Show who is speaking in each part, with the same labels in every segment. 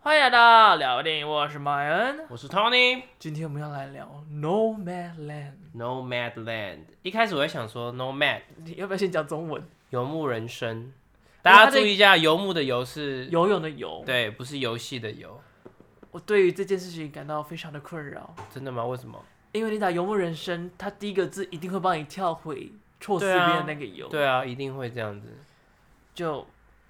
Speaker 1: 欢迎来到聊电影，我是麦恩。
Speaker 2: 我是 Tony。
Speaker 1: 今天我们要来聊《No Man Land
Speaker 2: Nomad Land，一开始我也想说 Nomad》，
Speaker 1: 你要不要先讲中文？
Speaker 2: 游牧人生，
Speaker 1: 它
Speaker 2: 大家
Speaker 1: 这
Speaker 2: 注意一下，游牧的游是，
Speaker 1: 游泳的游，
Speaker 2: 对，不是游戏的游。
Speaker 1: 我对于这件事情感到非常的困扰，
Speaker 2: 真的吗？为什么？
Speaker 1: 因为你打游牧人生，它第一个字一定会帮你跳回错字
Speaker 2: 对
Speaker 1: 边
Speaker 2: 啊
Speaker 1: 的那个游，
Speaker 2: 对啊，一定会这样子。
Speaker 1: 就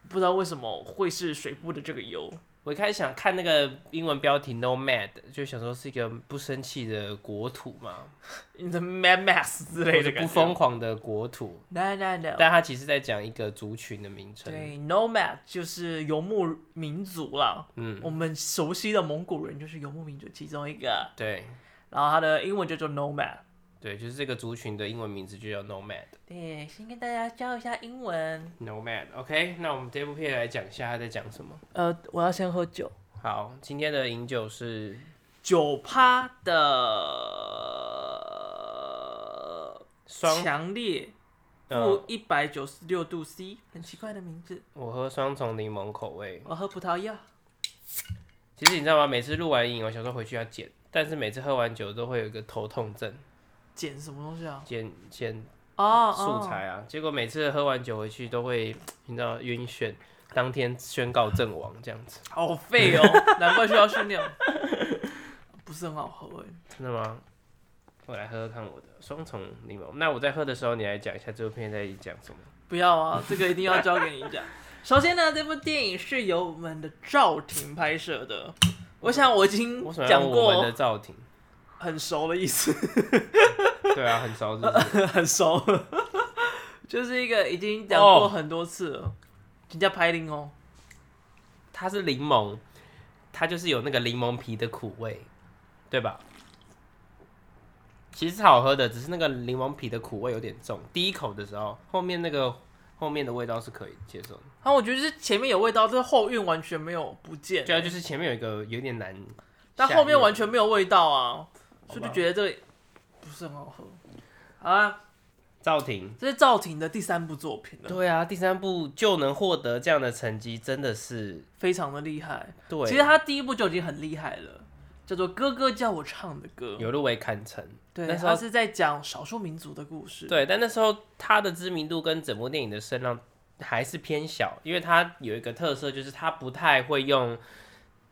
Speaker 1: 不知道为什么会是水部的这个游。
Speaker 2: 我一开始想看那个英文标题 “Nomad”，就想说是一个不生气的国土嘛，
Speaker 1: 你的 mad mass 之类的
Speaker 2: 或者不疯狂的国土。
Speaker 1: ，no no no，
Speaker 2: 但它其实在讲一个族群的名称。
Speaker 1: 对，nomad 就是游牧民族啦。
Speaker 2: 嗯，
Speaker 1: 我们熟悉的蒙古人就是游牧民族其中一个，
Speaker 2: 对
Speaker 1: 然后它的英文就叫 nomad。
Speaker 2: 对，就是这个族群的英文名字就叫 Nomad。
Speaker 1: 对，先跟大家教一下英文。
Speaker 2: Nomad。OK，那我们这部片来讲一下它在讲什么。
Speaker 1: 呃，我要先喝酒。
Speaker 2: 好，今天的饮酒是
Speaker 1: 酒趴的
Speaker 2: 双，
Speaker 1: 强烈
Speaker 2: 呃
Speaker 1: 负，一百九十六度 C，很奇怪的名字。
Speaker 2: 我喝双重柠檬口味。
Speaker 1: 我喝葡萄柚。
Speaker 2: 其实你知道吗？每次录完影，我想说回去要剪，但是每次喝完酒都会有一个头痛症，
Speaker 1: 捡什么东西啊？
Speaker 2: 剪剪
Speaker 1: 哦，
Speaker 2: 素
Speaker 1: 哦
Speaker 2: 材啊。结果每次喝完酒回去都会，你知道晕眩，当天宣告阵亡这样子。
Speaker 1: 好废 哦，难怪需要训练。不是很好喝哎。
Speaker 2: 真的吗？我来喝喝看我的双重柠檬。那我在喝的时候，你来讲一下这部片在讲什么？
Speaker 1: 不要啊，这个一定要交给你 讲。首先呢，这部电影是由我们的赵婷拍摄的。我想我已经
Speaker 2: 为什么要
Speaker 1: 讲
Speaker 2: 用我们
Speaker 1: 过
Speaker 2: 的赵婷？
Speaker 1: 很熟的意思，
Speaker 2: 对啊，很熟，是不是？
Speaker 1: 很熟， 就是一个已经讲过很多次了。人家拍零哦，
Speaker 2: 它是柠檬，它就是有那个柠檬皮的苦味，对吧？其实是好喝的，只是那个柠檬皮的苦味有点重。第一口的时候，后面那个后面的味道是可以接受的。
Speaker 1: 然后我觉得是前面有味道，但是后韵完全没有不见，
Speaker 2: 对啊，就是前面有一个有点难，
Speaker 1: 但后面完全没有味道啊，
Speaker 2: 吧
Speaker 1: 所以就觉得这个不是很好喝。好啊，
Speaker 2: 赵婷。
Speaker 1: 这是赵婷的第三部作品了，
Speaker 2: 对啊，第三部就能获得这样的成绩，真的是
Speaker 1: 非常的厉害。
Speaker 2: 对。
Speaker 1: 其实他第一部就已经很厉害了，叫做《哥哥叫我唱的歌》。
Speaker 2: 有入围坎城，
Speaker 1: 对，
Speaker 2: 那时
Speaker 1: 他
Speaker 2: 候
Speaker 1: 是在讲少数民族的故事。，
Speaker 2: 对，但那时候他的知名度跟整部电影的声浪还是偏小，因为他有一个特色，就是他不太会用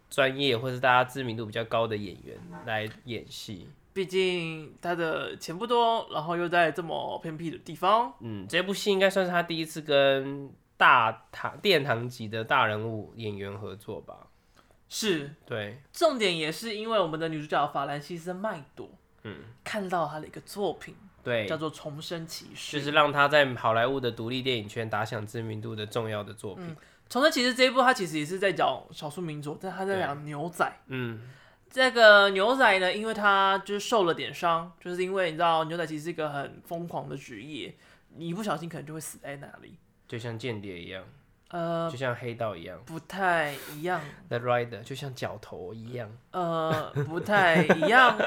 Speaker 2: 专业或是大家知名度比较高的演员来演戏。
Speaker 1: 毕竟他的钱不多，然后又在这么偏僻的地方，
Speaker 2: 嗯，这部戏应该算是他第一次跟大堂殿堂级的大人物演员合作吧？
Speaker 1: 是
Speaker 2: 对，
Speaker 1: 重点也是因为我们的女主角法兰西斯麦朵，嗯，看到他的一个作品
Speaker 2: 对
Speaker 1: 叫，做《重生骑士》。
Speaker 2: 哎就是让他在好莱坞的独立电影圈打响知名度的重要的作
Speaker 1: 嗯
Speaker 2: 品。
Speaker 1: 重生骑士》这一部，他其实也是在讲少数民族，但他在讲牛仔。
Speaker 2: 嗯，
Speaker 1: 这个牛仔呢，因为他就是受了点伤，就是因为你知道牛仔其实是一个很疯狂的职业，你一不小心可能就会死在那里。
Speaker 2: 就像间谍一样，
Speaker 1: 呃，
Speaker 2: 就像黑道一样
Speaker 1: 不太一样，
Speaker 2: ，The Rider 就像角头一样。
Speaker 1: 呃，不太一样，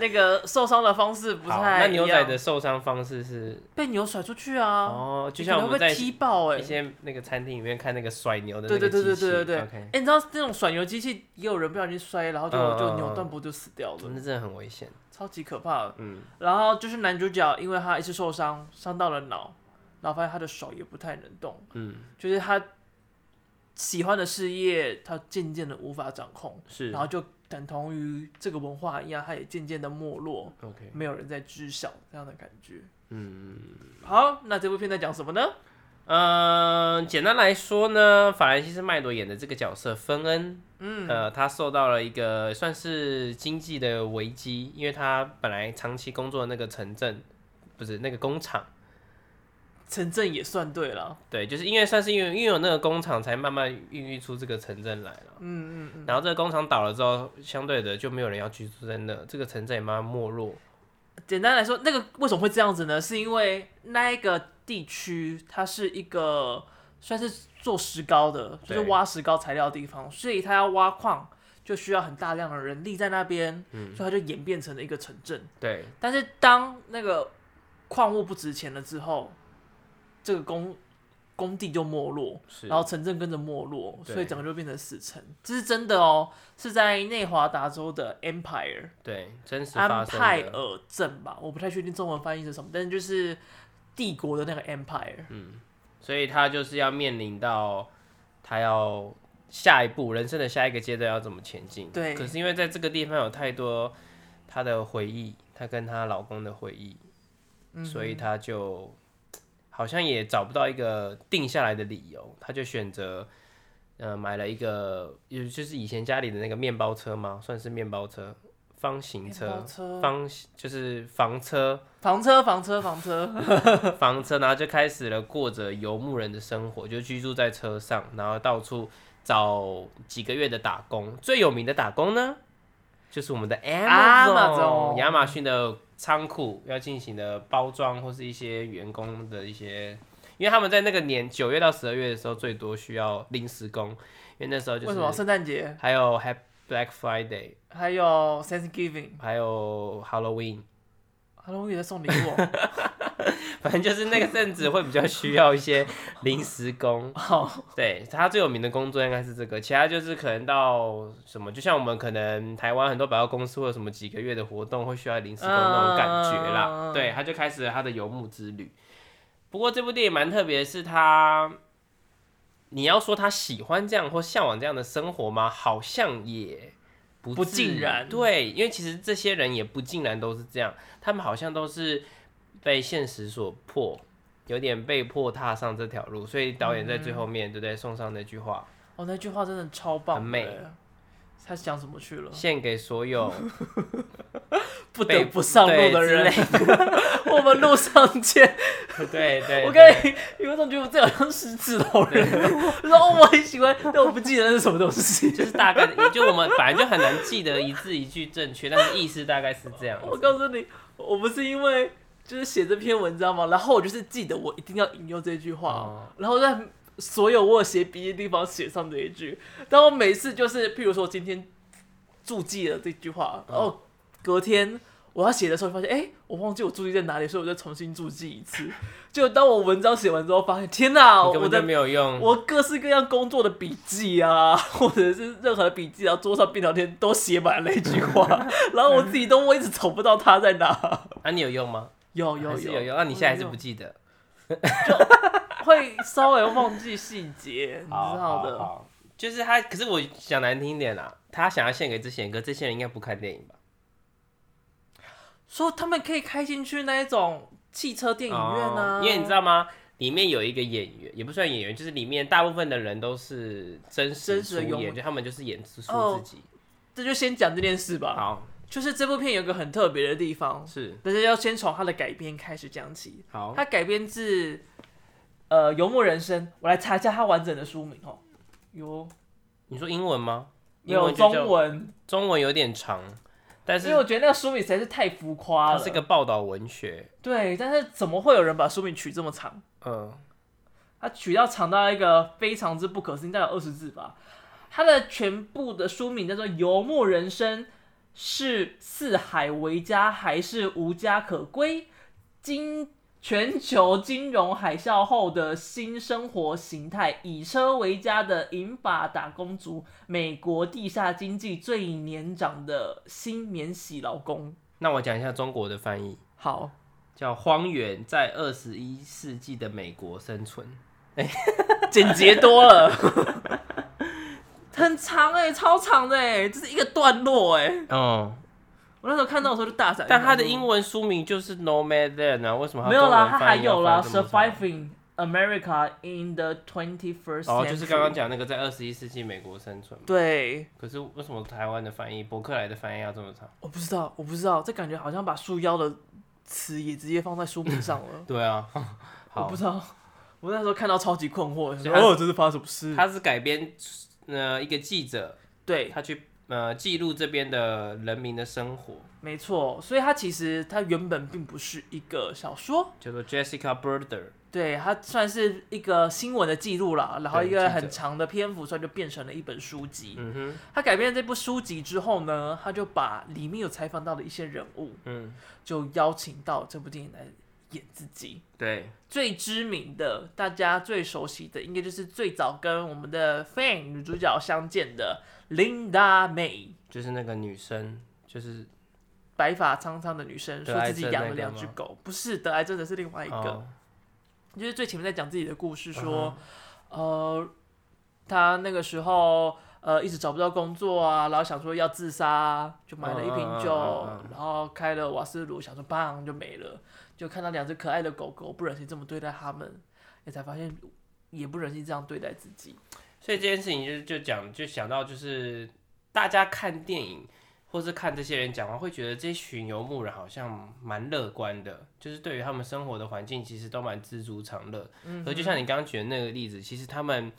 Speaker 1: 那个受伤的方式不
Speaker 2: 好，
Speaker 1: 太
Speaker 2: 那
Speaker 1: 一
Speaker 2: 牛
Speaker 1: 样。
Speaker 2: 仔的受伤方式是
Speaker 1: 被牛甩出去啊，
Speaker 2: 哦，就
Speaker 1: 你
Speaker 2: 像
Speaker 1: 可
Speaker 2: 我
Speaker 1: 能
Speaker 2: 们
Speaker 1: 会
Speaker 2: 在
Speaker 1: 被踢
Speaker 2: 一
Speaker 1: 爆哎、欸。
Speaker 2: 些那个餐厅里面看那个甩牛的那
Speaker 1: 对
Speaker 2: 个
Speaker 1: 对对对
Speaker 2: 机器。
Speaker 1: 对对对，哎
Speaker 2: OK，、
Speaker 1: 你知道这种甩牛机器，也有人不小心摔，然后就、
Speaker 2: 嗯
Speaker 1: 就
Speaker 2: 嗯
Speaker 1: 扭
Speaker 2: 嗯
Speaker 1: 断脖就死掉了，
Speaker 2: 那真的很危险。
Speaker 1: 超级可怕的。
Speaker 2: 嗯，
Speaker 1: 然后就是男主角，因为他一次受伤，伤到了脑，然后发现他的手也不太能动，
Speaker 2: 嗯，
Speaker 1: 就是他喜欢的事业，他渐渐的无法掌控，
Speaker 2: 是
Speaker 1: 然后就等同于这个文化一样，它也渐渐的没落，
Speaker 2: OK。
Speaker 1: 没有人在知晓这样的感觉。
Speaker 2: 嗯，
Speaker 1: 好，那这部片在讲什么呢？
Speaker 2: 呃，简单来说呢，法兰西斯麦朵演的这个角色芬恩，
Speaker 1: 嗯，
Speaker 2: 呃，他受到了一个算是经济的危机，因为他本来长期工作的那个城镇，不是那个工厂。
Speaker 1: 城镇也算对了，
Speaker 2: 对，就是因为算是因为因为有那个工厂，才慢慢孕育出这个城镇来了。
Speaker 1: 嗯嗯嗯，
Speaker 2: 然后这个工厂倒了之后，相对的就没有人要居住在那，这个城镇也慢慢没落。
Speaker 1: 简单来说，那个为什么会这样子呢？是因为那一个地区它是一个算是做石膏的，就
Speaker 2: 对
Speaker 1: 是挖石膏材料的地方，所以它要挖矿就需要很大量的人力在那边，
Speaker 2: 嗯
Speaker 1: 所以它就演变成了一个城镇。
Speaker 2: 对，
Speaker 1: 但是当那个矿物不值钱了之后，这个工工地就没落，
Speaker 2: 是
Speaker 1: 然后城镇跟着没落，
Speaker 2: 对
Speaker 1: 所以整个就变成死城。这是真的哦，是在内华达州的 Empire
Speaker 2: 对真实发
Speaker 1: 安
Speaker 2: 生
Speaker 1: 派
Speaker 2: 的，
Speaker 1: 尔镇吧，我不太确定中文翻译是什么，但是就是帝国的那个 Empire。
Speaker 2: 所以他就是要面临到他要下一步人生的下一个阶段要怎么前进。
Speaker 1: 对
Speaker 2: 可是因为在这个地方有太多她的回忆，她跟她老公的回忆，
Speaker 1: 嗯
Speaker 2: 所以她就好像也找不到一个定下来的理由，她就选择。呃，买了一个，也就是以前家里的那个面包车嘛，算是面包车，方形
Speaker 1: 面包
Speaker 2: 车，
Speaker 1: 车
Speaker 2: 方就是房车，
Speaker 1: 房车，房车，房车，
Speaker 2: 房车，然后就开始了过着游牧人的生活，就居住在车上，然后到处找几个月的打工。最有名的打工呢，就是我们的 Amazon
Speaker 1: Amazon
Speaker 2: 亚马逊的仓库要进行的包装或是一些员工的一些，因为他们在那个年九月到十二月的时候最多需要临时工，因 为那时候就
Speaker 1: 为什么
Speaker 2: 是
Speaker 1: 圣诞节
Speaker 2: 还有 Happy Black Friday，
Speaker 1: 还有 Thanksgiving，
Speaker 2: 还有 Halloween。
Speaker 1: 哈喽，也在送礼 物。哦
Speaker 2: 反正就是那个阵子会比较需要一些临时工。
Speaker 1: 好，
Speaker 2: 对他最有名的工作应该是这个，其他就是可能到什么，就像我们可能台湾很多百货公司会有什么几个月的活动，会需要临时工那种感觉啦。
Speaker 1: 嗯
Speaker 2: 对，他就开始了他的游牧之旅。不过这部电影蛮特别，的是他，你要说他喜欢这样或向往这样的生活吗？好像也不
Speaker 1: 不
Speaker 2: 至于
Speaker 1: 尽然
Speaker 2: 对，因为其实这些人也不尽然都是这样，他们好像都是被现实所迫。有点被迫踏上这条路，所以导演在最后面，对不对？送上那句话，
Speaker 1: 哦，那句话真的超棒的，
Speaker 2: 很美
Speaker 1: 他讲什么去了？
Speaker 2: 献给所 有
Speaker 1: 不
Speaker 2: 被
Speaker 1: 得不上路的人，
Speaker 2: 对之类
Speaker 1: 我们路上见。
Speaker 2: 对 对 对，
Speaker 1: 我跟你有一种觉得我自己好像是自头 人，我说哦我很喜欢，但我不记得那是什么东西。
Speaker 2: 就是大概的，也就我们本来就很难记得一字一句正确，但是意思大概是这样子。
Speaker 1: 我告诉你，我不是因为就是写这篇文章嘛，然后我就是记得我一定要引用这句话，
Speaker 2: 哦
Speaker 1: 然后在所有我有写笔记的地方写上这一句。但我每次就是，譬如说我今天注记了这句话，然后隔天。我要写的时候，发现哎、诶我忘记我注记在哪里，所以我再重新注记一次。就当我文章写完之后，发现天哪，
Speaker 2: 你根
Speaker 1: 我
Speaker 2: 本
Speaker 1: 在
Speaker 2: 就没有用，
Speaker 1: 我各式各样工作的笔记啊， 或者是任何的笔记，然后啊桌上便条贴都写满了那句话， 然后我自己都我一直找不到它在哪。
Speaker 2: 啊，你有用吗？
Speaker 1: 有有
Speaker 2: 还是有
Speaker 1: 有
Speaker 2: 用，啊那你现在还是不记得？
Speaker 1: 会稍微忘记细节，你知
Speaker 2: 好
Speaker 1: 道
Speaker 2: 好
Speaker 1: 的。
Speaker 2: 好就是他，可是我讲难听一点啦，他想要献给这些人，可这些人应该不看电影吧？
Speaker 1: 说他们可以开心去那一种汽车电影院啊，
Speaker 2: 哦因为你知道吗？里面有一个演员，也不算演员，就是里面大部分的人都是真实
Speaker 1: 真实
Speaker 2: 出
Speaker 1: 的游
Speaker 2: 演，
Speaker 1: 牧
Speaker 2: 就他们就是演出
Speaker 1: 哦
Speaker 2: 自己。
Speaker 1: 这就先讲这件事吧。
Speaker 2: 好，
Speaker 1: 就是这部片有一个很特别的地方，
Speaker 2: 是
Speaker 1: 但是要先从它的改编开始讲起。
Speaker 2: 好，
Speaker 1: 它改编自呃《游牧人生》，我来查一下它完整的书名哦。有
Speaker 2: 你说英文吗？
Speaker 1: 没
Speaker 2: 英
Speaker 1: 有
Speaker 2: 文就
Speaker 1: 中
Speaker 2: 叫，
Speaker 1: 文，
Speaker 2: 中文有点长，但
Speaker 1: 因
Speaker 2: 是
Speaker 1: 为我觉得那个书名实在是太浮夸
Speaker 2: 它
Speaker 1: 了。
Speaker 2: 是个报道文学，
Speaker 1: 对，但是怎么会有人把书名取这么长？
Speaker 2: 嗯，
Speaker 1: 它取到长到一个非常之不可思议，大概有二十字吧。它的全部的书名叫做《游牧人生》，是四海为家还是无家可归？金全球金融海啸后的新生活形态，以车为家的银发打工族，美国地下经济最年长的新免洗劳工。
Speaker 2: 那我讲一下中国的翻译，
Speaker 1: 好，
Speaker 2: 叫《荒原在二十一世纪的美国生存》。
Speaker 1: 简洁多了， 很长哎、超长的哎、这是一个段落哎、
Speaker 2: 哦，
Speaker 1: 我那时候看到的时候就大闪。
Speaker 2: 但它的英文书名就是《Nomad Land》啊，为什么它
Speaker 1: 嗯没有啦，
Speaker 2: 中
Speaker 1: 它
Speaker 2: 文
Speaker 1: 还
Speaker 2: 翻译要
Speaker 1: 有啦，《
Speaker 2: 翻这么长
Speaker 1: Surviving America in the 21st Century》。
Speaker 2: 哦，就是刚刚讲那个在二十一世纪美国生存嘛。
Speaker 1: 对，
Speaker 2: 可是为什么台湾的翻译，博客来的翻译要这么长？，
Speaker 1: 我不知道，我不知道，这感觉好像把束腰的词也直接放在书名上了
Speaker 2: 对啊，
Speaker 1: 我
Speaker 2: 好
Speaker 1: 不，知道。我那时候看到超级困惑，
Speaker 2: 所以
Speaker 1: 想
Speaker 2: 它
Speaker 1: 说哦，这是发生什么事？
Speaker 2: 它是改编呃一个记者，
Speaker 1: 对，
Speaker 2: 他去呃记录这边的人民的生活，
Speaker 1: 没错，所以它其实它原本并不是一个小说，
Speaker 2: 叫做 Jessica Birder。
Speaker 1: 对，它算是一个新闻的记录啦，然后
Speaker 2: 对
Speaker 1: 一个
Speaker 2: 记者
Speaker 1: 很长的篇幅，所以就变成了一本书籍。
Speaker 2: 嗯哼，
Speaker 1: 他改编了这部书籍之后呢，他就把里面有采访到的一些人物，
Speaker 2: 嗯，
Speaker 1: 就邀请到这部电影来演自己。
Speaker 2: 对，
Speaker 1: 最知名的，大家最熟悉的，应该就是最早跟我们的 Fan 女主角相见的 Linda May，
Speaker 2: 就是那个女生，就是
Speaker 1: 白发苍苍的女生，说
Speaker 2: 得癌
Speaker 1: 自己
Speaker 2: 症
Speaker 1: 养
Speaker 2: 那
Speaker 1: 了
Speaker 2: 个
Speaker 1: 两只
Speaker 2: 吗
Speaker 1: 狗，不是得癌症的是另外一个，
Speaker 2: 哦
Speaker 1: 就是最前面在讲自己的故事，
Speaker 2: 嗯
Speaker 1: 说，呃，她那个时候呃一直找不到工作啊，然后想说要自杀啊，就买了一
Speaker 2: 嗯嗯
Speaker 1: 瓶
Speaker 2: 嗯
Speaker 1: 酒，
Speaker 2: 嗯嗯
Speaker 1: 然后开了瓦斯炉，想说砰就没了，就看到两只可爱的狗狗，不忍心这么对待它们，也才发现也不忍心这样对待自己。
Speaker 2: 所以这件事情就是就讲就想到就是大家看电影或是看这些人讲话，会觉得这群游牧人好像蛮乐观的，就是对于他们生活的环境其实都蛮知足常乐。嗯，而就像你刚刚举的那个例子，其实他们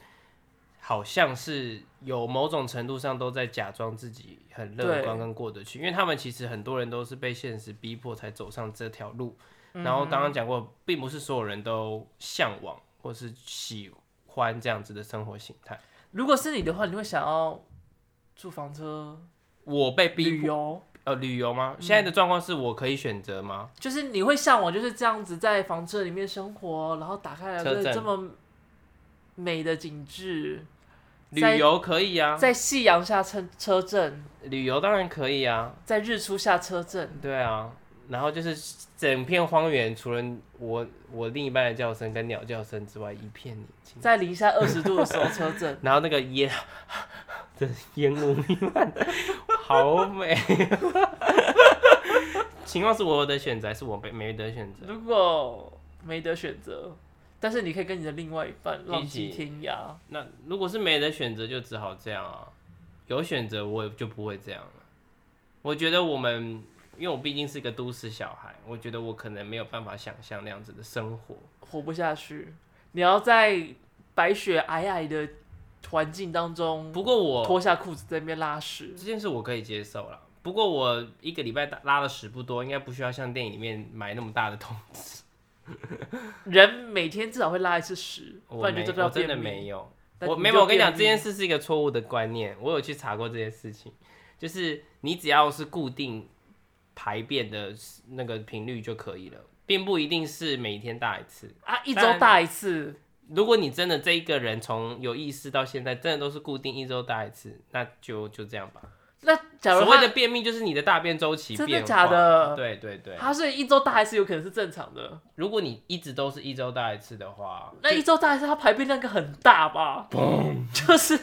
Speaker 2: 好像是有某种程度上都在假装自己很乐
Speaker 1: 对
Speaker 2: 观跟过得去，因为他们其实很多人都是被现实逼迫才走上这条路。然后刚刚讲过，并不是所有人都向往或是喜欢这样子的生活形态。
Speaker 1: 如果是你的话，你会想要住房车、
Speaker 2: 我被逼
Speaker 1: 旅游，
Speaker 2: 呃旅游吗？
Speaker 1: 嗯
Speaker 2: 现在的状况是我可以选择吗？
Speaker 1: 就是你会向往就是这样子在房车里面生活，然后打开来
Speaker 2: 车
Speaker 1: 就是
Speaker 2: 站
Speaker 1: 这么美的景致，在
Speaker 2: 旅游可以啊，
Speaker 1: 在夕阳下车车阵，
Speaker 2: 旅游当然可以啊，
Speaker 1: 在日出下车阵，
Speaker 2: 对啊。然后就是整片荒原，除了我我另一半的叫声跟鸟叫声之外，一片宁静。，
Speaker 1: 在零下二十度的时候车阵
Speaker 2: 然后那个烟， 这烟雾弥漫， 好美。 情况是我有得选择，还是我没没得选择？
Speaker 1: 如果没得选择，但是你可以跟你的另外一半浪
Speaker 2: 一
Speaker 1: 迹
Speaker 2: 起
Speaker 1: 天涯。
Speaker 2: 那如果是没得选择，就只好这样啊。有选择，我也就不会这样了。我觉得我们，因为我毕竟是个都市小孩，我觉得我可能没有办法想象那样子的生活。
Speaker 1: 活不下去，你要在白雪皑皑的环境当中
Speaker 2: 不过我
Speaker 1: 脱下裤子在那边拉屎
Speaker 2: 这。件事我可以接受了。不过我一个礼拜打拉的屎不多，应该不需要像电影里面买那么大的桶。
Speaker 1: 人每天至少会拉一次屎，不
Speaker 2: 我
Speaker 1: 然就
Speaker 2: 没，
Speaker 1: 不要
Speaker 2: 我真
Speaker 1: 便
Speaker 2: 的
Speaker 1: 秘
Speaker 2: 没有。
Speaker 1: 但
Speaker 2: 我
Speaker 1: 你
Speaker 2: 没
Speaker 1: 就
Speaker 2: 有，我跟你
Speaker 1: 便
Speaker 2: 讲，这件
Speaker 1: 秘
Speaker 2: 事是一个错误的观念。我有去查过这件事情，就是你只要是固定排便的那个频率就可以了，并不一定是每天大一次。
Speaker 1: 啊，一周
Speaker 2: 当然
Speaker 1: 大一次，
Speaker 2: 如果你真的这一个人从有意识到现在，真的都是固定一周大一次，那就就这样吧。
Speaker 1: 那假
Speaker 2: 所
Speaker 1: 如
Speaker 2: 谓
Speaker 1: 他
Speaker 2: 的便秘就是你的大便周期
Speaker 1: 真
Speaker 2: 变
Speaker 1: 的
Speaker 2: 化。
Speaker 1: 假的
Speaker 2: 对对对，
Speaker 1: 他是一周大一次，有可能是正常的。
Speaker 2: 如果你一直都是一周大一次的话，
Speaker 1: 那一周大一次，他排便量应该很大吧？就是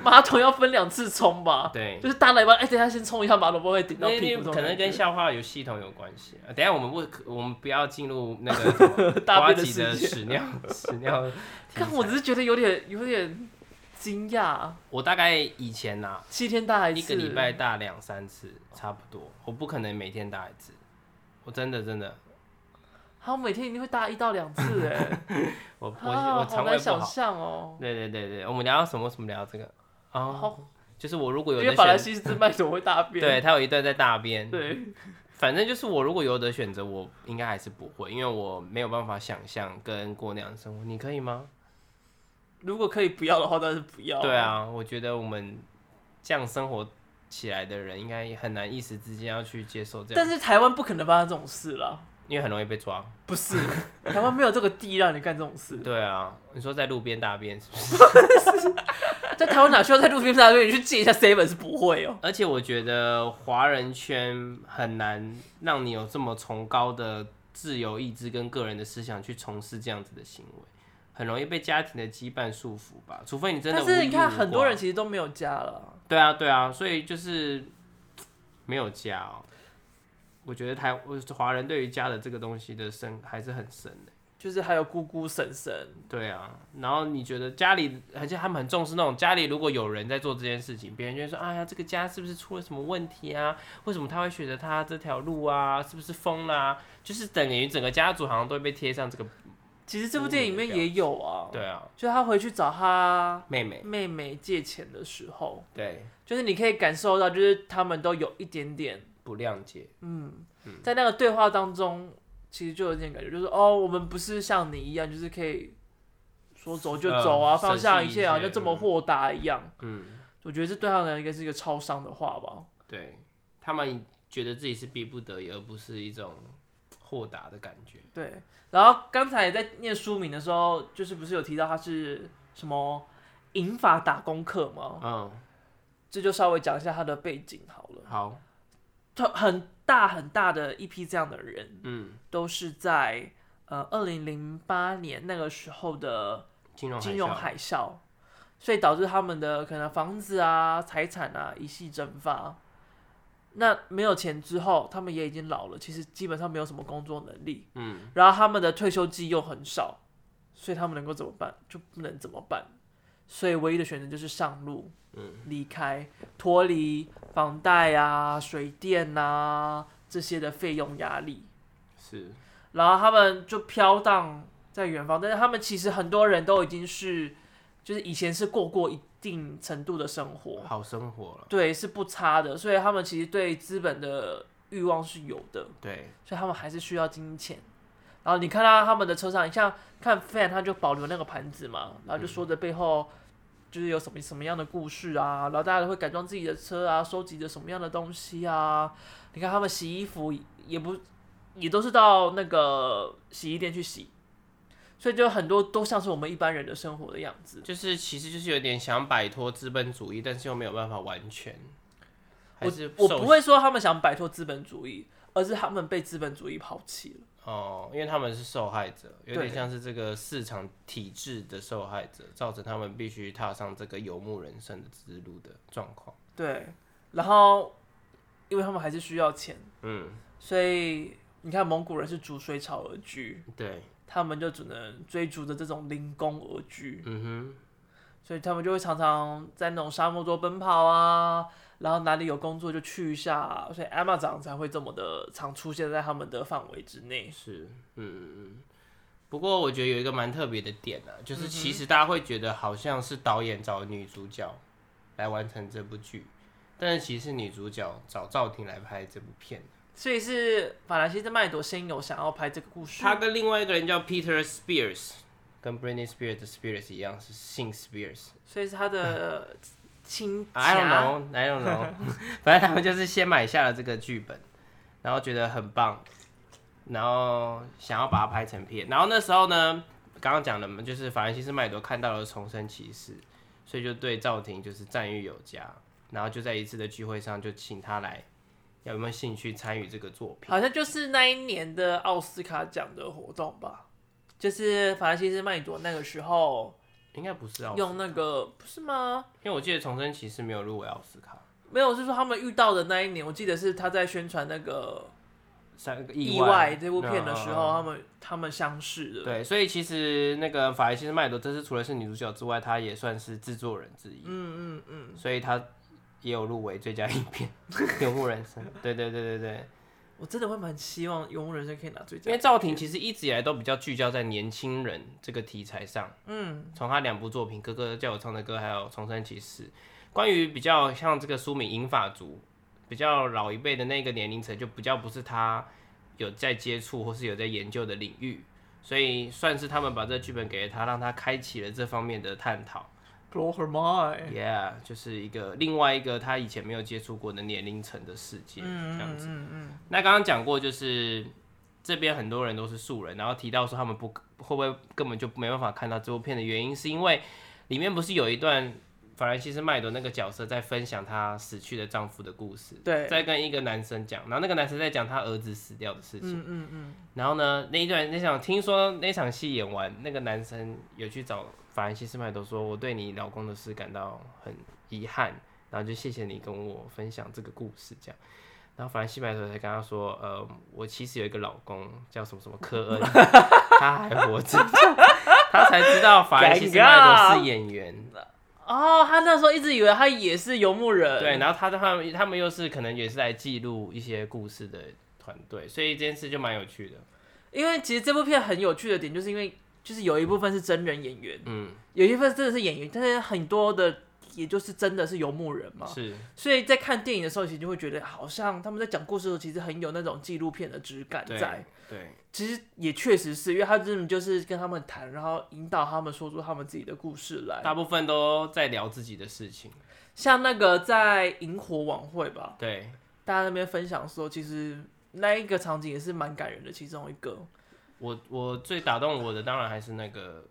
Speaker 1: 马桶要分两次冲吧？
Speaker 2: 对
Speaker 1: 就是大了一半，哎、等一下先冲一下马桶，不会顶到
Speaker 2: 那
Speaker 1: 屁
Speaker 2: 那
Speaker 1: 股这种
Speaker 2: 可能
Speaker 1: 感觉
Speaker 2: 跟消化有系统有关系、啊。等一下我们不，我们不要进入那个什么
Speaker 1: 大
Speaker 2: 瓜
Speaker 1: 便的
Speaker 2: 吉的
Speaker 1: 世界
Speaker 2: 屎尿屎尿题材。
Speaker 1: 看，我只是觉得有点有点惊讶，
Speaker 2: 我大概以前呐、
Speaker 1: 七天大一
Speaker 2: 一
Speaker 1: 次，
Speaker 2: 个礼拜大两三次，差不多。我不可能每天打一次，我真的真的，
Speaker 1: 好，每天一定会大一到两 次、哎，
Speaker 2: 我我
Speaker 1: 啊
Speaker 2: 我
Speaker 1: 好
Speaker 2: 肠胃
Speaker 1: 难
Speaker 2: 不
Speaker 1: 想
Speaker 2: 好。
Speaker 1: 象哦。
Speaker 2: 对对对对，我们聊到什么？为什么聊到这个？哦，
Speaker 1: 好，
Speaker 2: 就是我如果
Speaker 1: 因
Speaker 2: 有
Speaker 1: 为
Speaker 2: 得
Speaker 1: 法兰
Speaker 2: 选，
Speaker 1: 西斯麦怎么会大便？
Speaker 2: 对他有一段在大便，
Speaker 1: 对，
Speaker 2: 反正就是我如果有得选择，我应该还是不会，因为我没有办法想象跟过那样的生活。你可以吗？
Speaker 1: 如果可以不要的话，当然是不要。
Speaker 2: 对，啊，我觉得我们这样生活起来的人，应该也很难一时之间要去接受这样，
Speaker 1: 但是台湾不可能发生这种事啦。
Speaker 2: 因为很容易被抓。
Speaker 1: 不是，
Speaker 2: 啊
Speaker 1: 台湾没有这个地让你干这种事，
Speaker 2: 对啊，你说在路边大便是不 是？
Speaker 1: 在台湾哪需要在路边大便？你去借一下 seven 是不会哦、
Speaker 2: 而且我觉得华人圈很难让你有这么崇高的自由意志跟个人的思想去从事这样子的行为，很容易被家庭的羁绊束缚吧。除非你真的
Speaker 1: 但
Speaker 2: 无
Speaker 1: 是
Speaker 2: 依
Speaker 1: 你看，
Speaker 2: 无
Speaker 1: 很多
Speaker 2: 挂
Speaker 1: 人其实都没有家了。
Speaker 2: 对啊，对啊，所以就是没有家哦。我觉得台我华人对于家的这个东西的深还是很深的。
Speaker 1: 就是还有姑姑、婶婶，
Speaker 2: 对啊，然后你觉得家里，而且他们很重视那种家里如果有人在做这件事情，别人就会说：“哎呀，这个家是不是出了什么问题啊？为什么他会选择他这条路啊？是不是疯啦、就是等于整个家族好像都会被贴上这个
Speaker 1: 其实这部电影里面也有啊。，
Speaker 2: 对啊，
Speaker 1: 就他回去找他
Speaker 2: 妹妹
Speaker 1: 妹妹借钱的时候，
Speaker 2: 对
Speaker 1: 就是你可以感受到，就是他们都有一点点
Speaker 2: 不谅解，嗯
Speaker 1: 在那个对话当中，其实就有点感觉，就是哦，我们不是像你一样，就是可以说走就走啊，
Speaker 2: 嗯
Speaker 1: 放下一
Speaker 2: 省心一
Speaker 1: 切
Speaker 2: 切
Speaker 1: 啊，就这么豁达一样。
Speaker 2: 嗯，
Speaker 1: 我觉得这对他们来讲应该是一个超伤的话吧。
Speaker 2: 对他们觉得自己是逼不得已，而不是一种豁达的感觉。
Speaker 1: 对，然后刚才在念书名的时候，就是不是有提到他是什么银发打工客吗？
Speaker 2: 嗯，
Speaker 1: 这就稍微讲一下他的背景好了。
Speaker 2: 好，
Speaker 1: 他很大很大的一批这样的人，
Speaker 2: 嗯，
Speaker 1: 都是在呃二零零八年那个时候的
Speaker 2: 金融海
Speaker 1: 金融
Speaker 2: 啸
Speaker 1: 海啸，所以导致他们的可能房子啊、财产啊一系蒸发。那没有钱之后，他们也已经老了，其实基本上没有什么工作能力。
Speaker 2: 嗯，
Speaker 1: 然后他们的退休金又很少，所以他们能够怎么办？就不能怎么办。所以唯一的选择就是上路，
Speaker 2: 嗯，
Speaker 1: 离开，脱离房贷啊、水电啊这些的费用压力。
Speaker 2: 是，
Speaker 1: 然后他们就飘荡在远方，但是他们其实很多人都已经是，就是以前是过过一定程度的生活，
Speaker 2: 好生活了。
Speaker 1: 对，是不差的，所以他们其实对资本的欲望是有的，
Speaker 2: 对，
Speaker 1: 所以他们还是需要金钱。然后你看到他们的车上，你像看 Fan，他就保留那个盘子嘛，然后就说着背后就是有什么什么样的故事啊，然后大家都会改装自己的车啊，收集着什么样的东西啊。你看他们洗衣服也不也都是到那个洗衣店去洗，所以就很多都像是我们一般人的生活的样子。
Speaker 2: 就是其实就是有点想摆脱资本主义，但是又没有办法完全。还
Speaker 1: 我
Speaker 2: 是
Speaker 1: 我
Speaker 2: 受
Speaker 1: 不会说他们想摆脱资本主义，而是他们被资本主义抛弃了。
Speaker 2: 哦，因为他们是受害者，有
Speaker 1: 对
Speaker 2: 点像是这个市场体制的受害者，造成他们必须踏上这个游牧人生的之路的状况。
Speaker 1: 对，然后因为他们还是需要钱。
Speaker 2: 嗯，
Speaker 1: 所以你看，蒙古人是逐水草而居，
Speaker 2: 对，
Speaker 1: 他们就只能追逐着这种零工而居，
Speaker 2: 嗯
Speaker 1: 所以他们就会常常在那种沙漠中奔跑啊，然后哪里有工作就去一下，所以艾玛长才会这么的常出现在他们的范围之内
Speaker 2: 哼，。是，嗯嗯嗯。不过我觉得有一个蛮特别的点啊，就是其实大家会觉得好像是导演找女主角来完成这部剧，但是其实是女主角找赵婷来拍这部片。
Speaker 1: 所以是法兰西斯麦朵先有想要拍这个故事，
Speaker 2: 他跟另外一个人叫 Peter Spears，跟 Britney Spears 的 Spears 一样是姓 Spears。
Speaker 1: 所以是他的亲
Speaker 2: I don't
Speaker 1: 家。
Speaker 2: know, I don't know 。 反正他们就是先买下了这个剧本，然后觉得很棒，然后想要把它拍成片。然后那时候呢，刚刚讲的嘛，就是法兰西斯麦朵看到了重生骑士，所以就对赵婷就是赞誉有加。然后就在一次的聚会上，就请他来，有没有兴趣参与这个作品？
Speaker 1: 好像就是那一年的奥斯卡奖的活动吧，就是法兰西斯麦朵那个时候
Speaker 2: 应该不是奥斯，
Speaker 1: 用那个不是吗？
Speaker 2: 因为我记得重生骑士没有入围奥斯卡。
Speaker 1: 没有，是说他们遇到的那一年，我记得是他在宣传那个
Speaker 2: 三个
Speaker 1: 《
Speaker 2: 意
Speaker 1: 意外》这部片的时候，
Speaker 2: 嗯嗯
Speaker 1: 他们他们相识
Speaker 2: 嗯
Speaker 1: 的。
Speaker 2: 对，所以其实那个法兰西斯麦朵这次除了是女主角之外，她也算是制作人之一，
Speaker 1: 嗯嗯嗯，
Speaker 2: 所以她也有入围最佳影片 《游牧人生》。对对对对对，
Speaker 1: 我真的会蛮希望《永无人生》可以拿最
Speaker 2: 因
Speaker 1: 佳
Speaker 2: 为。赵婷其实一直以来都比较聚焦在年轻人这个题材上，
Speaker 1: 嗯，
Speaker 2: 从她两部作品《哥哥叫我唱的歌》还有《重生骑士》，关于比较像这个苏敏英法族比较老一辈的那个年龄层，就比较不是她有在接触或是有在研究的领域，所以算是他们把这剧本给了她，让她开启了这方面的探讨。
Speaker 1: Blow her mind。
Speaker 2: Yeah，就是一个另外一个他以前没有接触过的年龄层的世界，
Speaker 1: 嗯
Speaker 2: 这样
Speaker 1: 嗯
Speaker 2: 子。
Speaker 1: 嗯嗯，
Speaker 2: 那刚刚讲过，就是这边很多人都是素人，然后提到说他们不会不会根本就没办法看到这部片的原因，是因为里面不是有一段法兰西斯麦朵那个角色在分享她死去的丈夫的故事，
Speaker 1: 对
Speaker 2: 在跟一个男生讲，然后那个男生在讲他儿子死掉的事情，
Speaker 1: 嗯嗯嗯，
Speaker 2: 然后呢，那一段那场听说那场戏演完，那个男生有去找法兰西斯麦朵说：“我对你老公的事感到很遗憾，然后就谢谢你跟我分享这个故事。”这样，然后法兰西斯麦朵才跟他说：“呃，我其实有一个老公叫什么什么 科恩，他还活着。”他才知道法兰西斯麦朵是演 员，
Speaker 1: 哦，他那时候一直以为他也是游牧人。
Speaker 2: 对，，然后他他们他们又是可能也是来记录一些故事的团队，所以这件事就蛮有趣的。
Speaker 1: 因为其实这部片很有趣的点，就是因为就是有一部分是真人演员，
Speaker 2: 嗯，
Speaker 1: 有一部分真的是演员，但是很多的也就是真的是游牧人嘛。
Speaker 2: 是，
Speaker 1: 所以在看电影的时候，其实就会觉得好像他们在讲故事的时候，其实很有那种纪录片的质感
Speaker 2: 对
Speaker 1: 在。
Speaker 2: 对。
Speaker 1: 其实也确实是因为他真的就是跟他们谈，然后引导他们说出他们自己的故事来。
Speaker 2: 大部分都在聊自己的事情。
Speaker 1: 像那个在萤火晚会吧，
Speaker 2: 对，
Speaker 1: 大家那边分享说，其实那一个场景也是蛮感人的其中一个。
Speaker 2: 我我最打动我的当然还是那个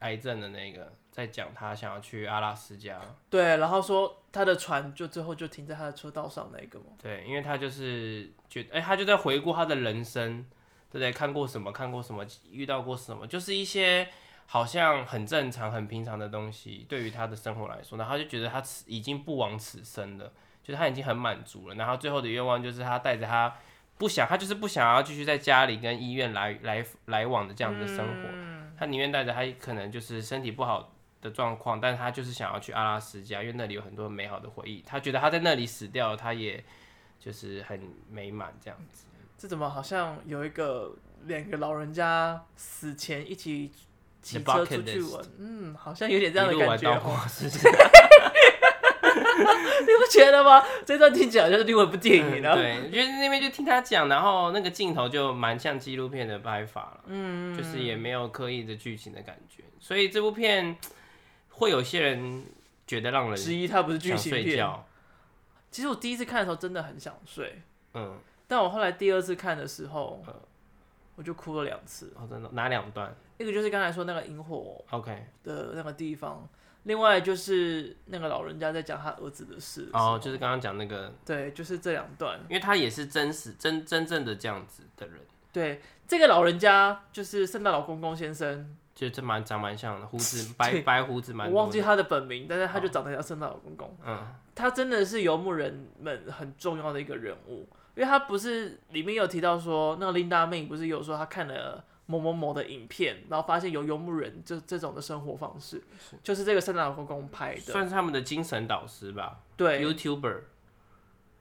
Speaker 2: 癌症的那个，在讲他想要去阿拉斯加，
Speaker 1: 对，然后说他的船就最后就停在他的车道上那一个嘛，
Speaker 2: 对，因为他就是觉得，哎、他就在回顾他的人生，对不对？看过什么，看过什么，遇到过什么，就是一些好像很正常、很平常的东西，对于他的生活来说，然后他就觉得他此已经不枉此生了，就是他已经很满足了。然后最后的愿望就是他带着他不想，他就是不想要继续在家里跟医院来来来往的这样子的生活，他宁愿带着他可能就是身体不好。的状况，但他就是想要去阿拉斯加，因为那里有很多美好的回忆。他觉得他在那里死掉了，他也就是很美满这样子。
Speaker 1: 这怎么好像有一个两个老人家死前一起骑车
Speaker 2: The bucket
Speaker 1: 出去玩，嗯，好像有点这样的
Speaker 2: 一路
Speaker 1: 感
Speaker 2: 玩
Speaker 1: 觉
Speaker 2: 到
Speaker 1: 哦，
Speaker 2: 末世，
Speaker 1: 你不觉得吗？这段听起来就是另外一部电影啊了。
Speaker 2: 嗯对， 就是那边就听他讲，然后那个镜头就蛮像纪录片的拍法了，嗯，就是也没有刻意的剧情的感觉，所以这部片会有些人觉得让人
Speaker 1: 之一，它不是剧
Speaker 2: 嗯想
Speaker 1: 情
Speaker 2: 睡
Speaker 1: 片。
Speaker 2: 觉，
Speaker 1: 其实我第一次看的时候真的很想睡，
Speaker 2: 嗯，
Speaker 1: 但我后来第二次看的时候
Speaker 2: 嗯，
Speaker 1: 我就哭了两次。
Speaker 2: 哦，真的哪两段
Speaker 1: 一个就是刚才说那个萤火
Speaker 2: ？OK，
Speaker 1: 的那个地方，另外就是那个老人家在讲他儿子的事的时候。
Speaker 2: 哦，就是刚刚讲那个，
Speaker 1: 对，就是这两段。
Speaker 2: 因为他也是真实真真正的这样子的人，
Speaker 1: 对，这个老人家就是圣诞老公公先生，
Speaker 2: 就这蛮长蛮像的，胡子白白胡子蛮
Speaker 1: 我
Speaker 2: 多的，哦
Speaker 1: 忘记他的本名，但是他就长得像圣诞老公公。
Speaker 2: 嗯，
Speaker 1: 他真的是游牧人们很重要的一个人物，因为他不是里面有提到说，那个琳达妹不是有说她看了某某某的影片，然后发现有游牧人就这种的生活方式，就是这个圣诞老公公拍的。
Speaker 2: 算是他们的精神导师吧
Speaker 1: 对，
Speaker 2: ，YouTuber。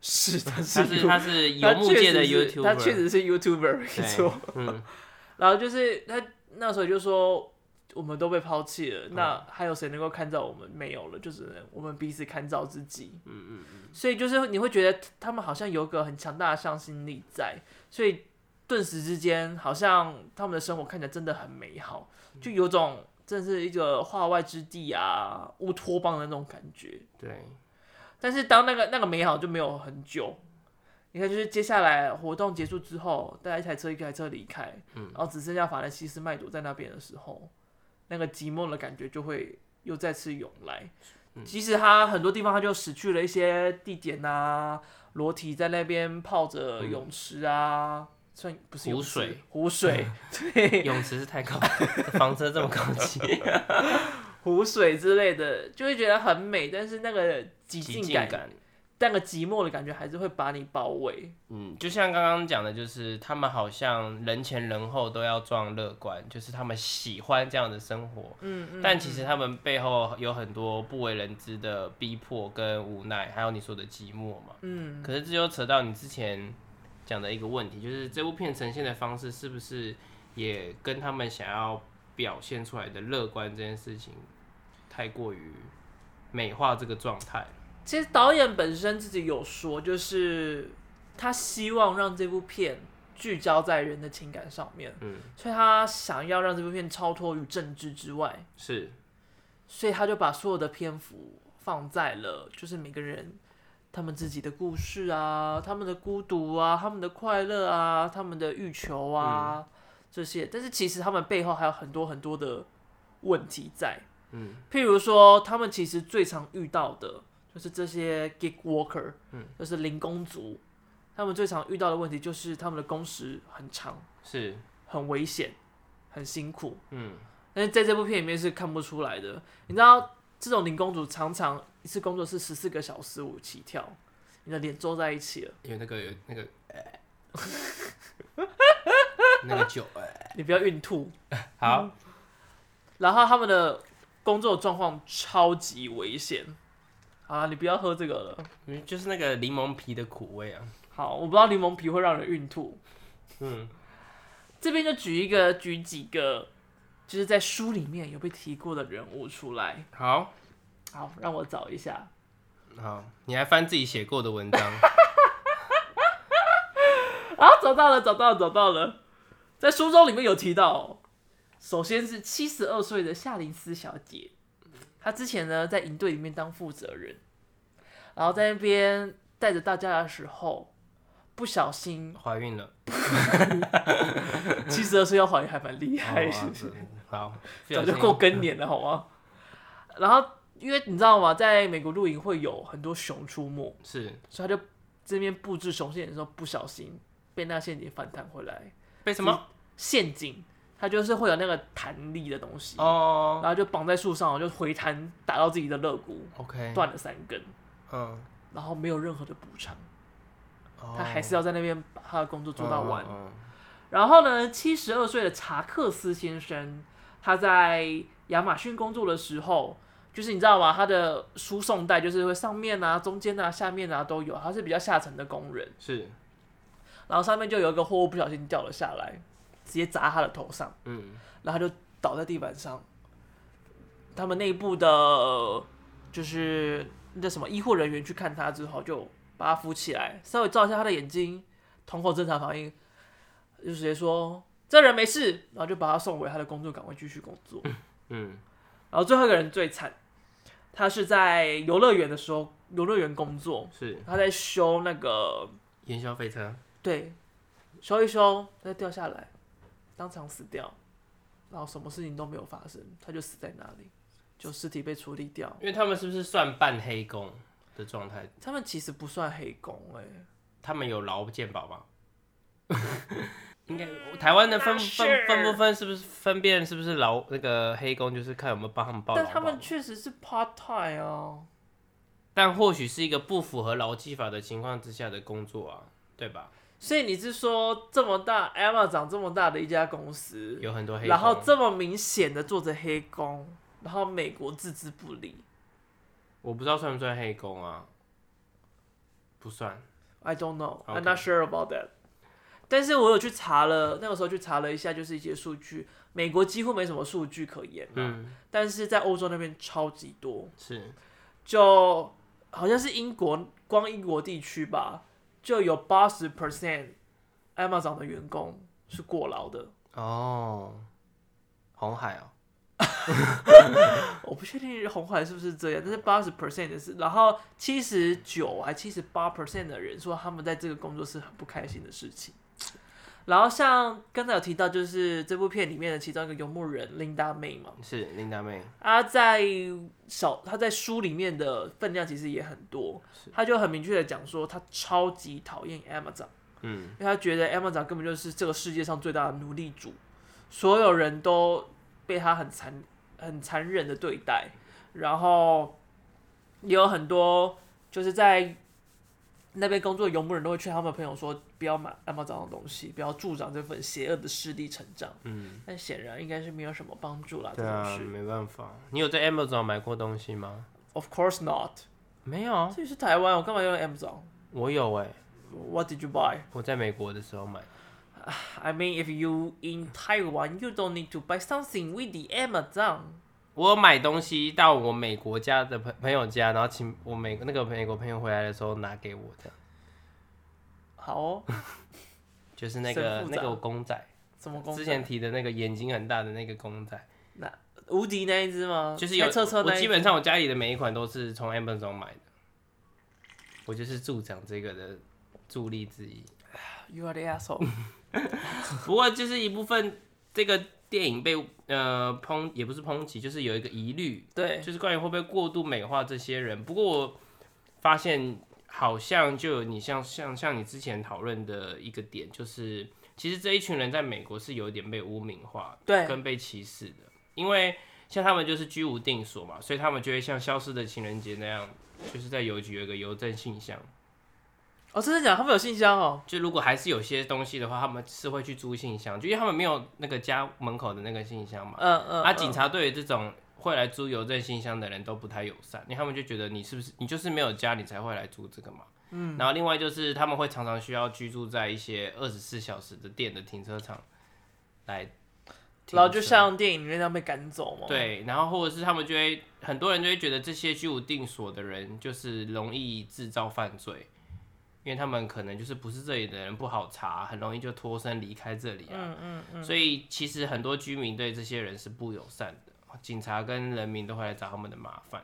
Speaker 1: 是的，
Speaker 2: 他是他是游牧界的 YouTuber，
Speaker 1: 他确实是 YouTuber 没
Speaker 2: 对
Speaker 1: 错。
Speaker 2: 嗯，
Speaker 1: 然后就是他那时候就说，我们都被抛弃了，那还有谁能够看照我们？没有了，就只能我们彼此看照自己。嗯嗯嗯。所以就是你会觉得他们好像有个很强大的向心力在，所以顿时之间，好像他们的生活看起来真的很美好，就有种真是一个化外之地啊、乌托邦的那种感觉。
Speaker 2: 对，
Speaker 1: 但是当那个那个美好就没有很久。你看，就是接下来活动结束之后，大家一台车一台车离开，然后只剩下法兰西斯麦朵在那边的时候，那个寂寞的感觉就会又再次涌来。即使他很多地方他就死去了一些地点啊，裸体在那边泡着泳池啊，算不是泳池
Speaker 2: 湖水，
Speaker 1: 嗯湖 水，对，
Speaker 2: 泳池是太高，房车这么高 级，
Speaker 1: 湖水之类的，就会觉得很美，但是那个寂
Speaker 2: 极
Speaker 1: 静
Speaker 2: 尽
Speaker 1: 感，
Speaker 2: 感。
Speaker 1: 那个寂寞的感觉还是会把你包围。
Speaker 2: 嗯，就像刚刚讲的，就是他们好像人前人后都要装乐观，就是他们喜欢这样的生活，
Speaker 1: 嗯嗯，
Speaker 2: 但其实他们背后有很多不为人知的逼迫跟无奈，还有你说的寂寞嘛。
Speaker 1: 嗯。
Speaker 2: 可是这就扯到你之前讲的一个问题，就是这部片呈现的方式是不是也跟他们想要表现出来的乐观这件事情太过于美化这个状态？
Speaker 1: 其实导演本身自己有说，就是他希望让这部片聚焦在人的情感上面，
Speaker 2: 嗯，
Speaker 1: 所以他想要让这部片超脱于政治之外，
Speaker 2: 是，
Speaker 1: 所以他就把所有的篇幅放在了就是每个人他们自己的故事啊、他们的孤独啊、他们的快乐啊、他们的欲求
Speaker 2: 嗯
Speaker 1: 啊、这些，但是其实他们背后还有很多很多的问题在。
Speaker 2: 嗯，
Speaker 1: 譬如说，他们其实最常遇到的就是这些 gig worker，
Speaker 2: 嗯，
Speaker 1: 就是零工族，他们最常遇到的问题就是他们的工时很长、
Speaker 2: 是，
Speaker 1: 很危险、很辛苦。
Speaker 2: 嗯，
Speaker 1: 但是在这部片里面是看不出来的。你知道，这种零工主常常一次工作是十四个小时五起跳，你的脸皱在一起了。
Speaker 2: 有那个有那 个，那个酒，哎
Speaker 1: 你不要孕吐。嗯
Speaker 2: 好，
Speaker 1: 然后他们的工作状况超级危险。好啦，你不要喝这个了。
Speaker 2: 嗯就是那个柠檬皮的苦味啊，
Speaker 1: 好，我不知道柠檬皮会让人孕吐。
Speaker 2: 嗯，
Speaker 1: 这边就举一个，举几个，就是在书里面有被提过的人物出来。
Speaker 2: 好，
Speaker 1: 好，让我找一下。
Speaker 2: 好，你还翻自己写过的 文章，
Speaker 1: 啊，找到了，找到了，找到了，在书中里面有提到哦、首先是七十二岁的夏林斯小姐，她之前呢在营队里面当负责人，然后在那边带着大家的时候，不小心
Speaker 2: 怀孕了，
Speaker 1: 七十二岁要怀孕还蛮厉害
Speaker 2: 哦
Speaker 1: 的，
Speaker 2: 啊是好，不
Speaker 1: 哎早
Speaker 2: 小
Speaker 1: 就
Speaker 2: 心
Speaker 1: 够更年了，好吗？然后因为你知道吗，在美国露营会有很多熊出没，
Speaker 2: 是
Speaker 1: 所以他就这边布置熊陷阱的时候，不小心被那陷阱反弹回来。
Speaker 2: 被什么？
Speaker 1: 陷阱它就是会有那个弹力的东西，然
Speaker 2: 哦
Speaker 1: 后就绑在树上，就回弹打到自己的肋骨，
Speaker 2: ，OK，
Speaker 1: 断了三根，
Speaker 2: 嗯，
Speaker 1: 然后没有任何的补偿，
Speaker 2: 哦
Speaker 1: 他还是要在那边把他的工作做到完。
Speaker 2: 嗯嗯
Speaker 1: 然后呢，七十二岁的查克斯先生，他在亚马逊工作的时候，就是你知道吗？他的输送带就是会上面啊、中间啊、下面啊都有，他是比较下层的工人。
Speaker 2: 是，
Speaker 1: 然后上面就有一个货物不小心掉了下来，直接砸他的头上，
Speaker 2: 嗯，
Speaker 1: 然后他就倒在地板上。他们内部的呃就是那叫什么医护人员去看他之后，就把他扶起来，稍微照一下他的眼睛，瞳孔正常反应，就直接说这人没事，然后就把他送回他的工作岗位继续工作。
Speaker 2: 嗯，
Speaker 1: 然后最后一个人最惨，他是在游乐园的时候，游乐园工作，
Speaker 2: 是
Speaker 1: 他在修那个
Speaker 2: 烟消费车，
Speaker 1: 对，修一修，它就掉下来，当场死掉，然后什么事情都没有发生，他就死在那里，就尸体被处理掉。
Speaker 2: 因为他们是不是算半黑工的状态？
Speaker 1: 他们其实不算黑工哎、
Speaker 2: 他们有劳健保吗？应该台湾的分
Speaker 1: 那是
Speaker 2: 分分不分是不是分辨是不是劳那个黑工，就是看有没有帮他们报劳
Speaker 1: 但
Speaker 2: 保。
Speaker 1: 他们确实是 part time 啊。
Speaker 2: 但或许是一个不符合劳基法的情况之下的工作啊，对吧？
Speaker 1: 所以你是说这么大 Emma 长这么大的一家公司，
Speaker 2: 有很多黑工，
Speaker 1: 然后这么明显的做着黑工，然后美国置之不理
Speaker 2: 我不知道算不算黑工啊？不算，
Speaker 1: ？I don't know, I'm
Speaker 2: OK
Speaker 1: not sure about that。但是我有去查了，那个时候去查了一下，就是一些数据，美国几乎没什么数据可言、啊。
Speaker 2: 嗯，
Speaker 1: 但是在欧洲那边超级多，
Speaker 2: 是
Speaker 1: 就好像是英国光英国地区吧，就有八十 percent Amazon 的员工是过劳的。
Speaker 2: 哦，红海哦，
Speaker 1: 我不确定红海是不是这样，但是八十 percent 的是，然后七十九还七十八 percent 的人说他们在这个工作是很不开心的事情。然后像刚才有提到，就是这部片里面的其中一个游牧人琳达妹嘛，
Speaker 2: 是琳达妹，
Speaker 1: 他在小他在书里面的分量其实也很多，他就很明确的讲说他超级讨厌 Amazon，
Speaker 2: 嗯，
Speaker 1: 因为他觉得 Amazon 根本就是这个世界上最大的奴隶主，所有人都被他很残很残忍的对待，然后也有很多就是在那边工作的游牧人都会劝他们朋友说不要买 Amazon 的东西，不要助长这份邪恶的势力成长，
Speaker 2: 嗯，
Speaker 1: 但显然应该是没有什么帮助啦，
Speaker 2: 对
Speaker 1: 这种
Speaker 2: 啊，
Speaker 1: 事
Speaker 2: 没办法。你有在 Amazon 买过东西吗？
Speaker 1: Of course not。
Speaker 2: 没有，
Speaker 1: 这里是台湾，我干嘛用 Amazon？
Speaker 2: 我有哎、
Speaker 1: What did you buy?
Speaker 2: 我在美国的时候买。
Speaker 1: I mean, if you in Taiwan, you don't need to buy something with the 啊 Amazon.
Speaker 2: 我有买东西到我美国家的朋朋友家，然后请我美那个美国朋友回来的时候拿给我的，
Speaker 1: 好 哦，
Speaker 2: 就是那
Speaker 1: 神
Speaker 2: 个
Speaker 1: 父
Speaker 2: 那
Speaker 1: 长
Speaker 2: 个公仔，
Speaker 1: 什么公
Speaker 2: 之
Speaker 1: 司？
Speaker 2: 前提的那个眼睛很大的那个公仔，
Speaker 1: 无敌那一只吗？
Speaker 2: 就是有
Speaker 1: 开哦车车
Speaker 2: 我
Speaker 1: 那一
Speaker 2: 基
Speaker 1: 只
Speaker 2: 本上我家里的每一款都是从 Amazon 买的，我就是助长这个的助力之一。
Speaker 1: You are the asshole.
Speaker 2: 不过就是一部分这个电影被呃抨也不是抨击，就是有一个疑虑，
Speaker 1: 对，
Speaker 2: 就是关于会不会过度美化这些人。不过我发现好像就有你像像像你之前讨论的一个点，就是其实这一群人在美国是有点被污名化，
Speaker 1: 对
Speaker 2: 跟被歧视的，因为像他们就是居无定所嘛，所以他们就会像《消失的情人节》那样，就是在邮局有一个邮政信箱。
Speaker 1: 哦，真的假的？他们有信箱哦。
Speaker 2: 就如果还是有些东西的话，他们是会去租信箱，就因为他们没有那个家门口的那个信箱嘛。
Speaker 1: 嗯嗯。
Speaker 2: 啊，
Speaker 1: 嗯
Speaker 2: 警察对于这种会来租邮政信箱的人都不太友善，因为他们就觉得你是不是你就是没有家，你才会来租这个嘛。嗯，然后另外就是他们会常常需要居住在一些二十四小时的店的停车场来停车，
Speaker 1: 然后就像电影里面那样被赶走嘛。，
Speaker 2: 对，然后或者是他们就会很多人就会觉得这些居无定所的人就是容易制造犯罪，因为他们可能就是不是这里的人不好查，很容易就脱身离开这里啊。嗯嗯嗯所以其实很多居民对这些人是不友善的，警察跟人民都会来找他们的麻烦。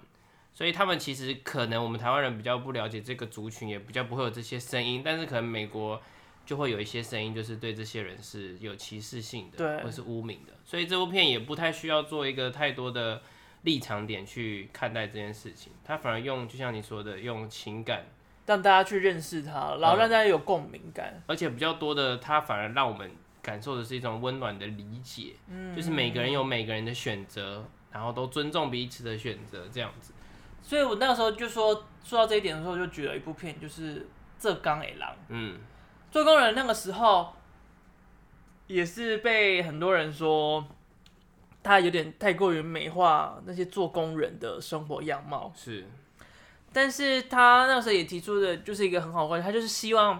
Speaker 2: 所以他们其实可能我们台湾人比较不了解这个族群，也比较不会有这些声音，但是可能美国就会有一些声音，就是对这些人是有歧视性的，
Speaker 1: 对
Speaker 2: 或是污名的。所以这部片也不太需要做一个太多的立场点去看待这件事情，他反而用就像你说的，用情感，
Speaker 1: 让大家去认识他，
Speaker 2: 嗯
Speaker 1: 然后让大家有共鸣感。
Speaker 2: 而且比较多的，他反而让我们感受的是一种温暖的理解，
Speaker 1: 嗯，
Speaker 2: 就是每个人有每个人的选择，然后都尊重彼此的选择，这样子。
Speaker 1: 所以我那个时候就说，说到这一点的时候，就举了一部片，就是《浙江野狼》。
Speaker 2: 嗯，
Speaker 1: 做工人那个时候也是被很多人说他有点太过于美化那些做工人的生活样貌，
Speaker 2: 是，
Speaker 1: 但是他那个时候也提出的就是一个很好的观点，他就是希望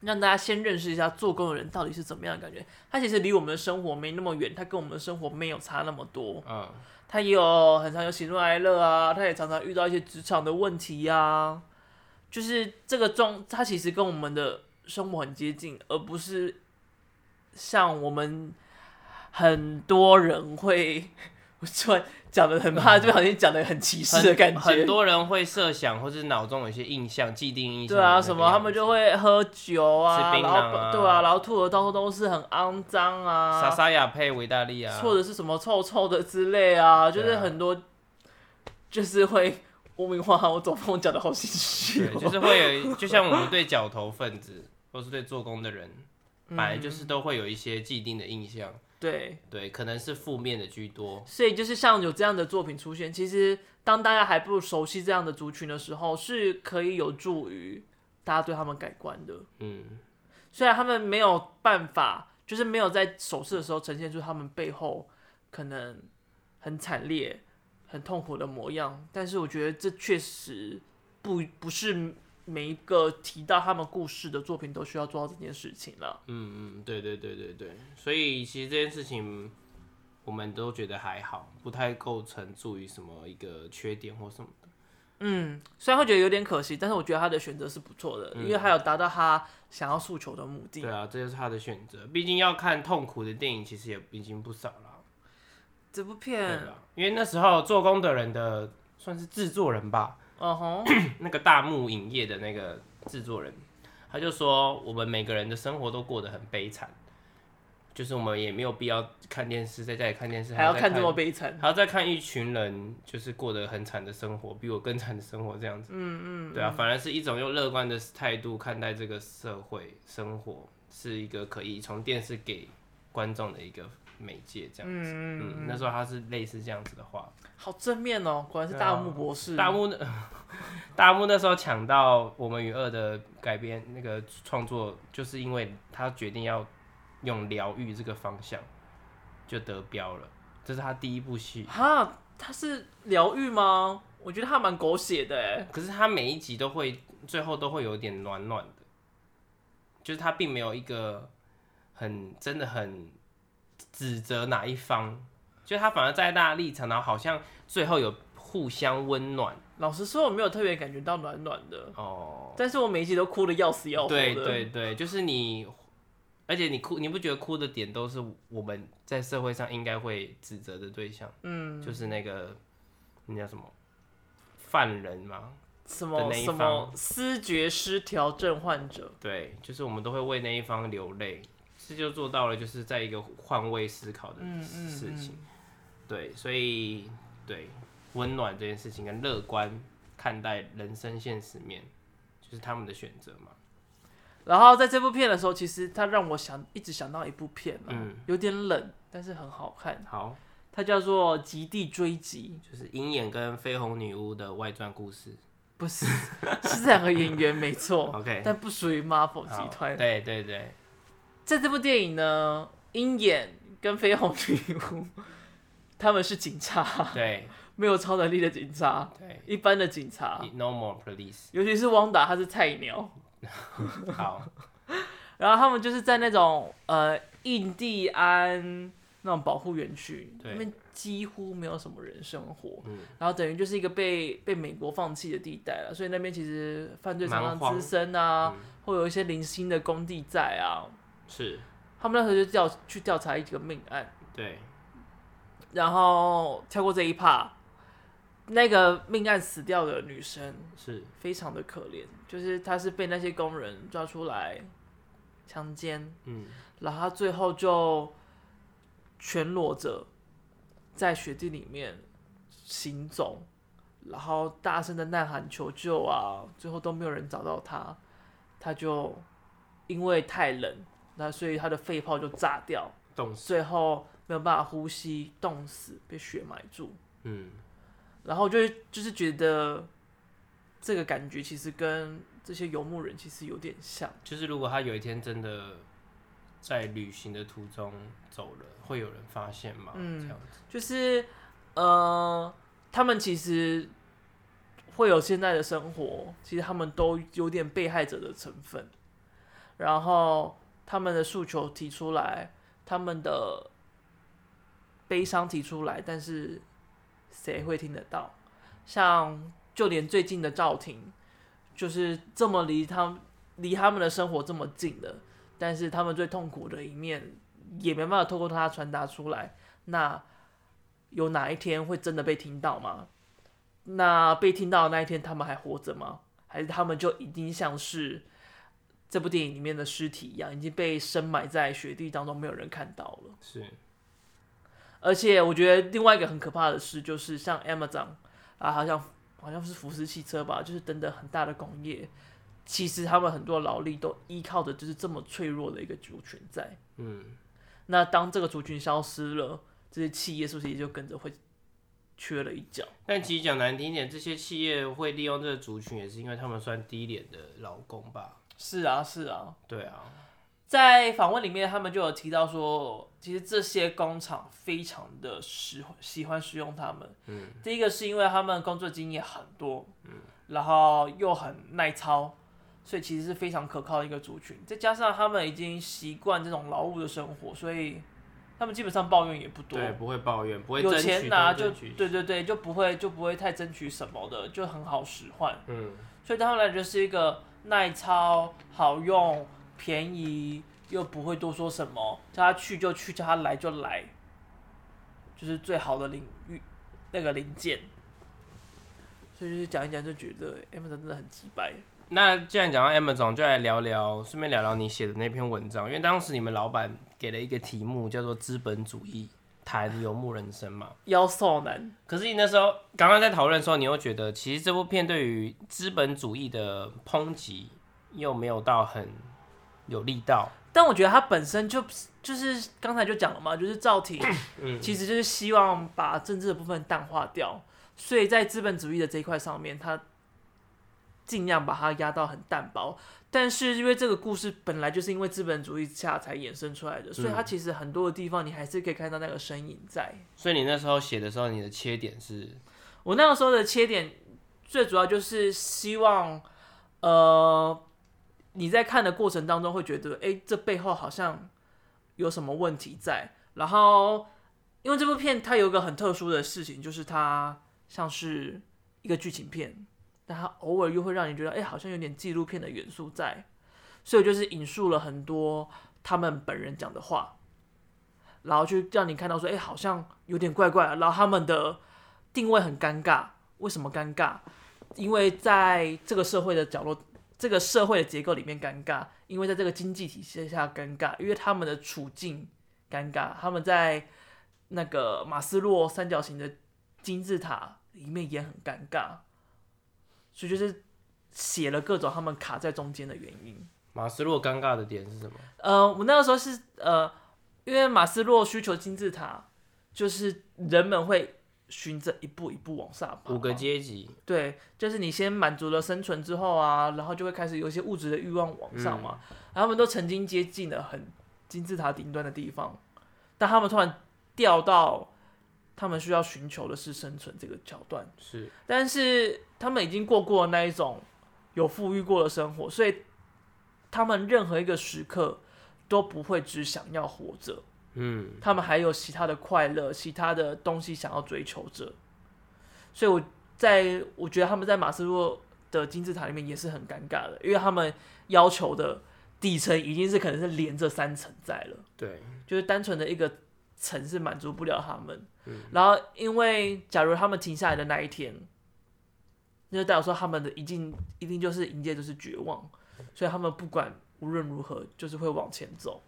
Speaker 1: 让大家先认识一下做工人到底是怎么样的感觉。他其实离我们的生活没那么远，他跟我们的生活没有差那么多。
Speaker 2: 嗯，
Speaker 1: 他也有很常有喜怒哀乐啊，他也常常遇到一些职场的问题呀、啊，就是这个状，他其实跟我们的生活很接近，而不是像我们很多人会，我突然讲的很怕，就好像讲的很歧视的感觉，
Speaker 2: 很 多人会设想或是脑中有一些印象、既定印象。
Speaker 1: 对啊，什么他们就会喝酒啊，
Speaker 2: 吃槟
Speaker 1: 然
Speaker 2: 榔啊
Speaker 1: 后对啊，然后吐的到处都是很肮脏啊，
Speaker 2: 莎莎雅配维大利啊，
Speaker 1: 或者是什么臭臭的之类啊，就是
Speaker 2: 对啊
Speaker 1: 很多，就是会 污名化。我总我讲的好心虚、
Speaker 2: 对，
Speaker 1: 哦，
Speaker 2: 就是会有，就像我们对角头分子或是对做工的人，
Speaker 1: 嗯
Speaker 2: 本来就是都会有一些既定的印象，
Speaker 1: 对，
Speaker 2: 对，可能是负面的居多。
Speaker 1: 所以就是像有这样的作品出现，其实当大家还不熟悉这样的族群的时候，是可以有助于大家对他们改观的。
Speaker 2: 嗯，
Speaker 1: 虽然他们没有办法，就是没有在手势的时候呈现出他们背后可能很惨烈、很痛苦的模样，但是我觉得这确实不不是每一个提到他们故事的作品都需要做到这件事情了。
Speaker 2: 嗯嗯，对对对对对，所以其实这件事情我们都觉得还好，不太构成助于什么一个缺点或什么的。
Speaker 1: 嗯，虽然会觉得有点可惜，但是我觉得他的选择是不错的，因为他有达到他想要诉求的目的
Speaker 2: 嗯对。啊，这就是他的选择。毕竟要看痛苦的电影，其实也已经不少了。
Speaker 1: 这部
Speaker 2: 对
Speaker 1: 片，
Speaker 2: 啊，因为那时候做工的人的算是制作人吧，
Speaker 1: 嗯哼，
Speaker 2: 那个大幕影业的那个制作人，他就说我们每个人的生活都过得很悲惨，就是我们也没有必要看电视，在家里看电视，
Speaker 1: 还要
Speaker 2: 再
Speaker 1: 看这么悲惨。
Speaker 2: 还要再看一群人就是过得很惨的生活，比我更惨的生活这样子。嗯嗯，对啊，反而是一种用乐观的态度看待这个社会生活，是一个可以从电视给观众的一个媒介这样子。嗯那时候他是类似这样子的话。
Speaker 1: 好正面哦，果然是大木博士。
Speaker 2: 大木那大木那时候抢到《我们与恶》的改编那个创作，就是因为他决定要用疗愈这个方向，就得标了。这是他第一部戏，
Speaker 1: 哈，他是疗愈吗？我觉得他蛮狗血的哎。
Speaker 2: 可是他每一集都会最后都会有点暖暖的，就是他并没有一个很真的很指责哪一方，就他反而在大家立场，然后好像最后有互相温暖
Speaker 1: 老实说，我没有特别感觉到暖暖的，
Speaker 2: 哦。
Speaker 1: 但是我每一集都哭的要死要活的。
Speaker 2: 对对对，就是你，而且你哭，你不觉得哭的点都是我们在社会上应该会指责的对象，
Speaker 1: 嗯，
Speaker 2: 就是那个那叫什么犯人嘛？
Speaker 1: 什
Speaker 2: 的
Speaker 1: 么
Speaker 2: 那一
Speaker 1: 什么
Speaker 2: 方
Speaker 1: 思觉失调症患者，
Speaker 2: 对，就是我们都会为那一方流泪，这就做到了，就是在一个换位思考的
Speaker 1: 嗯嗯
Speaker 2: 事情。对，所以对温暖这件事情跟乐观看待人生现实面，就是他们的选择嘛。
Speaker 1: 然后在这部片的时候，其实它让我想一直想到一部片、啊，
Speaker 2: 嗯
Speaker 1: 有点冷，但是很好看，
Speaker 2: 好，
Speaker 1: 它叫做《极地追击
Speaker 2: 就是鹰眼跟绯红女巫的外传故事。》，
Speaker 1: 不是 是这两个演员没 错，
Speaker 2: OK，
Speaker 1: 但不属于 Marvel
Speaker 2: 好
Speaker 1: 集团。
Speaker 2: 对对对，
Speaker 1: 在这部电影呢，鹰眼跟绯红女巫他们是警察，
Speaker 2: 对
Speaker 1: 没有超能力的警察，
Speaker 2: 对
Speaker 1: 一般的警察，
Speaker 2: ，No more police。
Speaker 1: 尤其是汪达，他是菜鸟。
Speaker 2: 好，
Speaker 1: 然后他们就是在那种呃印第安那种保护园区，
Speaker 2: 对
Speaker 1: 那边几乎没有什么人生活，
Speaker 2: 嗯
Speaker 1: 然后等于就是一个被被美国放弃的地带了，所以那边其实犯罪常
Speaker 2: 蛮
Speaker 1: 常
Speaker 2: 荒
Speaker 1: 滋生啊，
Speaker 2: 嗯
Speaker 1: 会有一些零星的工地在啊。
Speaker 2: 是，
Speaker 1: 他们那时候就调去调查一个命案，
Speaker 2: 对，
Speaker 1: 然后跳过这一 part，那个命案死掉的女生
Speaker 2: 是
Speaker 1: 非常的可怜，就是她是被那些工人抓出来强奸，
Speaker 2: 嗯，
Speaker 1: 然后她最后就全裸着在雪地里面行走，然后大声的呐喊求救啊，最后都没有人找到她，她就因为太冷，那所以她的肺泡就炸掉，
Speaker 2: 冻死，
Speaker 1: 最后没有办法呼吸，冻死，被雪埋住。
Speaker 2: 嗯，
Speaker 1: 然后就是就是觉得这个感觉其实跟这些游牧人其实有点像，
Speaker 2: 就是如果他有一天真的在旅行的途中走了，会有人发现吗？
Speaker 1: 嗯
Speaker 2: 这样子，
Speaker 1: 就是呃，他们其实会有现在的生活，其实他们都有点被害者的成分，然后他们的诉求提出来，他们的悲伤提出来，但是谁会听得到？像就连最近的赵婷，就是这么离他们离他们的生活这么近的，但是他们最痛苦的一面也没办法透过他传达出来。那有哪一天会真的被听到吗？那被听到的那一天，他们还活着吗？还是他们就已经像是这部电影里面的尸体一样，已经被深埋在雪地当中，没有人看到了？
Speaker 2: 是
Speaker 1: 而且我觉得另外一个很可怕的事就是，像 Amazon 啊，好像好像是福斯汽车吧，就是等等很大的工业，其实他们很多劳力都依靠着就是这么脆弱的一个族群在。
Speaker 2: 嗯，
Speaker 1: 那当这个族群消失了，这些企业是不是也就跟着会缺了一角？
Speaker 2: 但其实讲难听一点，这些企业会利用这个族群，也是因为他们算低廉的劳工吧？
Speaker 1: 是啊，是啊。
Speaker 2: 对啊，
Speaker 1: 在访问里面，他们就有提到说，其实这些工厂非常的使喜欢使用他们。
Speaker 2: 嗯，
Speaker 1: 第一个是因为他们工作经验很多，嗯，然后又很耐操，所以其实是非常可靠的一个族群。再加上他们已经习惯这种劳务的生活，所以他们基本上抱怨也不多。
Speaker 2: 对，不会抱怨，不会
Speaker 1: 有
Speaker 2: 争
Speaker 1: 钱
Speaker 2: 取，
Speaker 1: 拿
Speaker 2: 多
Speaker 1: 就
Speaker 2: 争取
Speaker 1: 对对对，就不会就不会太争取什么的，就很好使唤。
Speaker 2: 嗯，
Speaker 1: 所以对他们来就是一个耐操、好用、便宜，又不会多说什么，叫他去就去，叫他来就来，就是最好的领域那个零件。所以就是讲一讲就觉得 Amazon 真的很鸡掰。
Speaker 2: 那既然讲到 M 总，就来聊聊，顺便聊聊你写的那篇文章，因为当时你们老板给了一个题目叫做“资本主义谈游牧人生”嘛。
Speaker 1: 妖兽男，
Speaker 2: 可是你那时候刚刚在讨论的时候，你又觉得其实这部片对于资本主义的抨击又没有到很有力道，
Speaker 1: 但我觉得他本身就就是刚才就讲了嘛，就是赵婷
Speaker 2: 嗯，
Speaker 1: 其实就是希望把政治的部分淡化掉，所以在资本主义的这一块上面，他尽量把它压到很淡薄。但是因为这个故事本来就是因为资本主义下才衍生出来的，所以它其实很多的地方你还是可以看到那个身影在。
Speaker 2: 所以你那时候写的时候，你的切点是
Speaker 1: 我那个时候的切点最主要就是希望，呃，你在看的过程当中会觉得，哎、这背后好像有什么问题在。然后，因为这部片它有一个很特殊的事情，就是它像是一个剧情片，但它偶尔又会让你觉得，哎、好像有点纪录片的元素在。所以我就是引述了很多他们本人讲的话，然后去让你看到说，哎、好像有点怪怪的。然后他们的定位很尴尬。为什么尴尬？因为在这个社会的角落，这个社会的结构里面尴尬，因为在这个经济体系下尴尬，因为他们的处境尴尬，他们在那个马斯洛三角形的金字塔里面也很尴尬，所以就是写了各种他们卡在中间的原因。
Speaker 2: 马斯洛尴尬的点是什么？
Speaker 1: 呃，我那个时候是呃，因为马斯洛需求金字塔，就是人们会循着一步一步往上爬嘛。
Speaker 2: 五个阶级，
Speaker 1: 对，就是你先满足了生存之后啊，然后就会开始有一些物质的欲望往上嘛。然后他们都曾经接近了很金字塔顶端的地方，但他们突然掉到他们需要寻求的是生存这个桥段。
Speaker 2: 是
Speaker 1: 但是他们已经过过那一种有富裕过的生活，所以他们任何一个时刻都不会只想要活着，
Speaker 2: 嗯，
Speaker 1: 他们还有其他的快乐、其他的东西想要追求着。所以我在我觉得他们在马斯洛的金字塔里面也是很尴尬的，因为他们要求的底层已经是可能是连着三层在了。
Speaker 2: 对，
Speaker 1: 就是单纯的一个层是满足不了他们。然后因为假如他们停下来的那一天，那就代表说他们的一定一定就是迎接就是绝望，所以他们不管无论如何就是会往前走，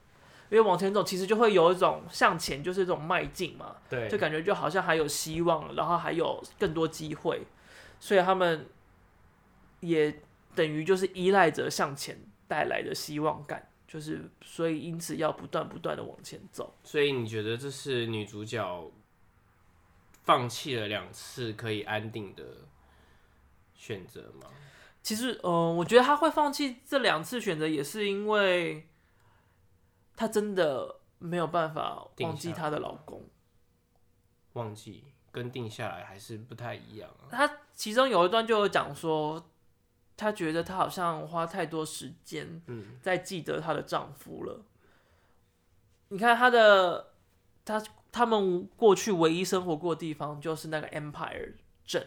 Speaker 1: 因为往前走其实就会有一种向前就是一种迈进嘛，
Speaker 2: 对
Speaker 1: 就感觉就好像还有希望，然后还有更多机会，所以他们也等于就是依赖着向前带来的希望感，就是所以因此要不断不断的往前走。
Speaker 2: 所以你觉得这是女主角放弃了两次可以安定的选择吗？
Speaker 1: 其实，嗯、呃，我觉得他会放弃这两次选择，也是因为他真的没有办法忘记她的老公。
Speaker 2: 忘记跟定下来还是不太一样啊。
Speaker 1: 他其中有一段就有讲说，她觉得她好像花太多时间
Speaker 2: 嗯，
Speaker 1: 在记得她的丈夫了。你看她的，她他们过去唯一生活过的地方就是那个 Empire 镇，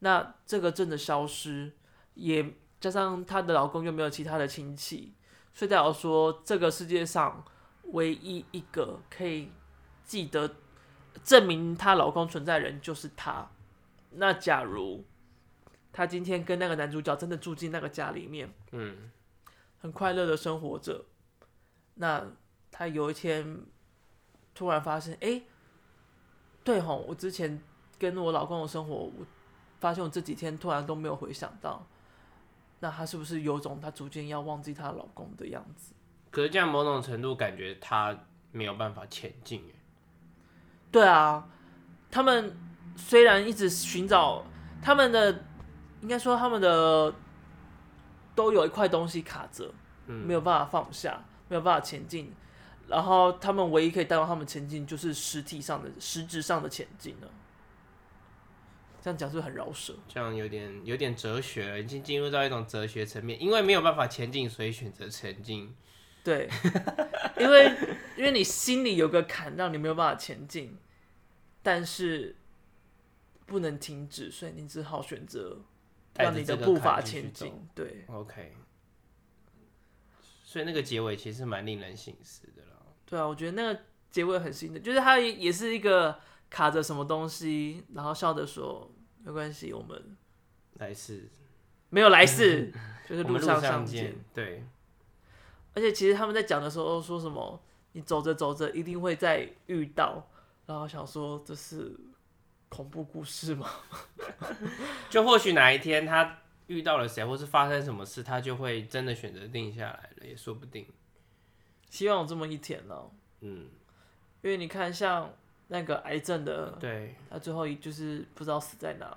Speaker 1: 那这个镇的消失，也加上她的老公又没有其他的亲戚，所以代表说这个世界上唯一一个可以记得证明她老公存在的人就是她。那假如她今天跟那个男主角真的住进那个家里面，
Speaker 2: 嗯，
Speaker 1: 很快乐的生活着。那他有一天突然发现，哎、对吼，我之前跟我老公的生活，我发现我这几天突然都没有回想到。那她是不是有种她逐渐要忘记她老公的样子？
Speaker 2: 可是这样某种程度感觉她没有办法前进耶，
Speaker 1: 对啊，他们虽然一直寻找他们的，应该说他们的都有一块东西卡着，
Speaker 2: 嗯
Speaker 1: 没有办法放下，没有办法前进。然后他们唯一可以带动他们前进，就是实体上的、实质上的前进了。这样讲是不是很饶舌？
Speaker 2: 这样有点有点哲学了，已经进入到一种哲学层面，因为没有办法前进，所以选择前进。
Speaker 1: 对， 因为因为你心里有个坎，让你没有办法前进，但是不能停止，所以你只好选择让你的步伐前进。对，
Speaker 2: OK，所以那个结尾其实蛮令人省思的啦。
Speaker 1: 对啊，我觉得那个结尾很新的，就是他也也是一个卡着什么东西，然后笑着说：“没关系，我们
Speaker 2: 来世，
Speaker 1: 没有来 世，就是
Speaker 2: 我们
Speaker 1: 上
Speaker 2: 上
Speaker 1: 见。。”
Speaker 2: 对，
Speaker 1: 而且其实他们在讲的时候说什么，你走着走着一定会再遇到，然后想说这是恐怖故事吗？
Speaker 2: 就或许哪一天他遇到了谁，或是发生什么事，他就会真的选择定下来了，也说不定。
Speaker 1: 希望有这么一天呢、
Speaker 2: 嗯，
Speaker 1: 因为你看像那个癌症的，
Speaker 2: 对，
Speaker 1: 他最后一就是不知道死在哪嘛。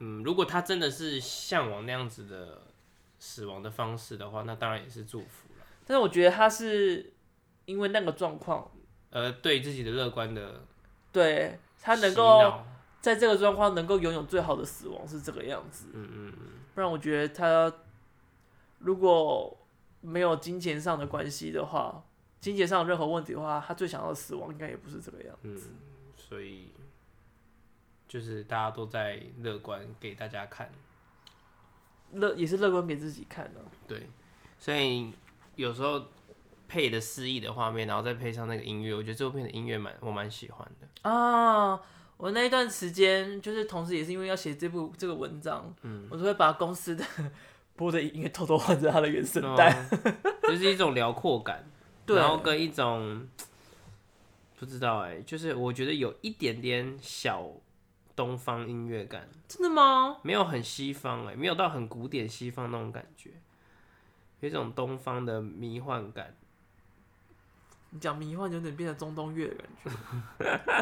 Speaker 2: 嗯，如果他真的是向往那样子的死亡的方式的话，那当然也是祝福了。
Speaker 1: 但是我觉得他是因为那个状况，
Speaker 2: 呃，对自己的乐观的
Speaker 1: 对他能
Speaker 2: 洗
Speaker 1: 够。
Speaker 2: 脑，
Speaker 1: 在这个状况能够拥有最好的死亡是这个样子，
Speaker 2: 嗯嗯嗯，
Speaker 1: 不然我觉得他如果没有金钱上的关系的话，金钱上有任何问题的话，他最想要的死亡应该也不是这个样子。
Speaker 2: 所以就是大家都在乐观给大家看。嗯
Speaker 1: 乐、也是乐观给自己看的、
Speaker 2: 对，所以有时候配的诗意的画面，然后再配上那个音乐，我觉得这部片的音乐蛮我蛮喜欢的。
Speaker 1: 啊。我那一段时间就是，同时也是因为要写这部这个文章，嗯，我就会把公司的播的音乐偷偷换成它的原声带。
Speaker 2: 就是一种辽阔感，
Speaker 1: 对
Speaker 2: 然后跟一种不知道哎、就是我觉得有一点点小东方音乐感，
Speaker 1: 真的吗？
Speaker 2: 没有很西方哎、没有到很古典西方那种感觉，有一种东方的迷幻感。
Speaker 1: 你讲迷幻有点变成中东乐的感觉。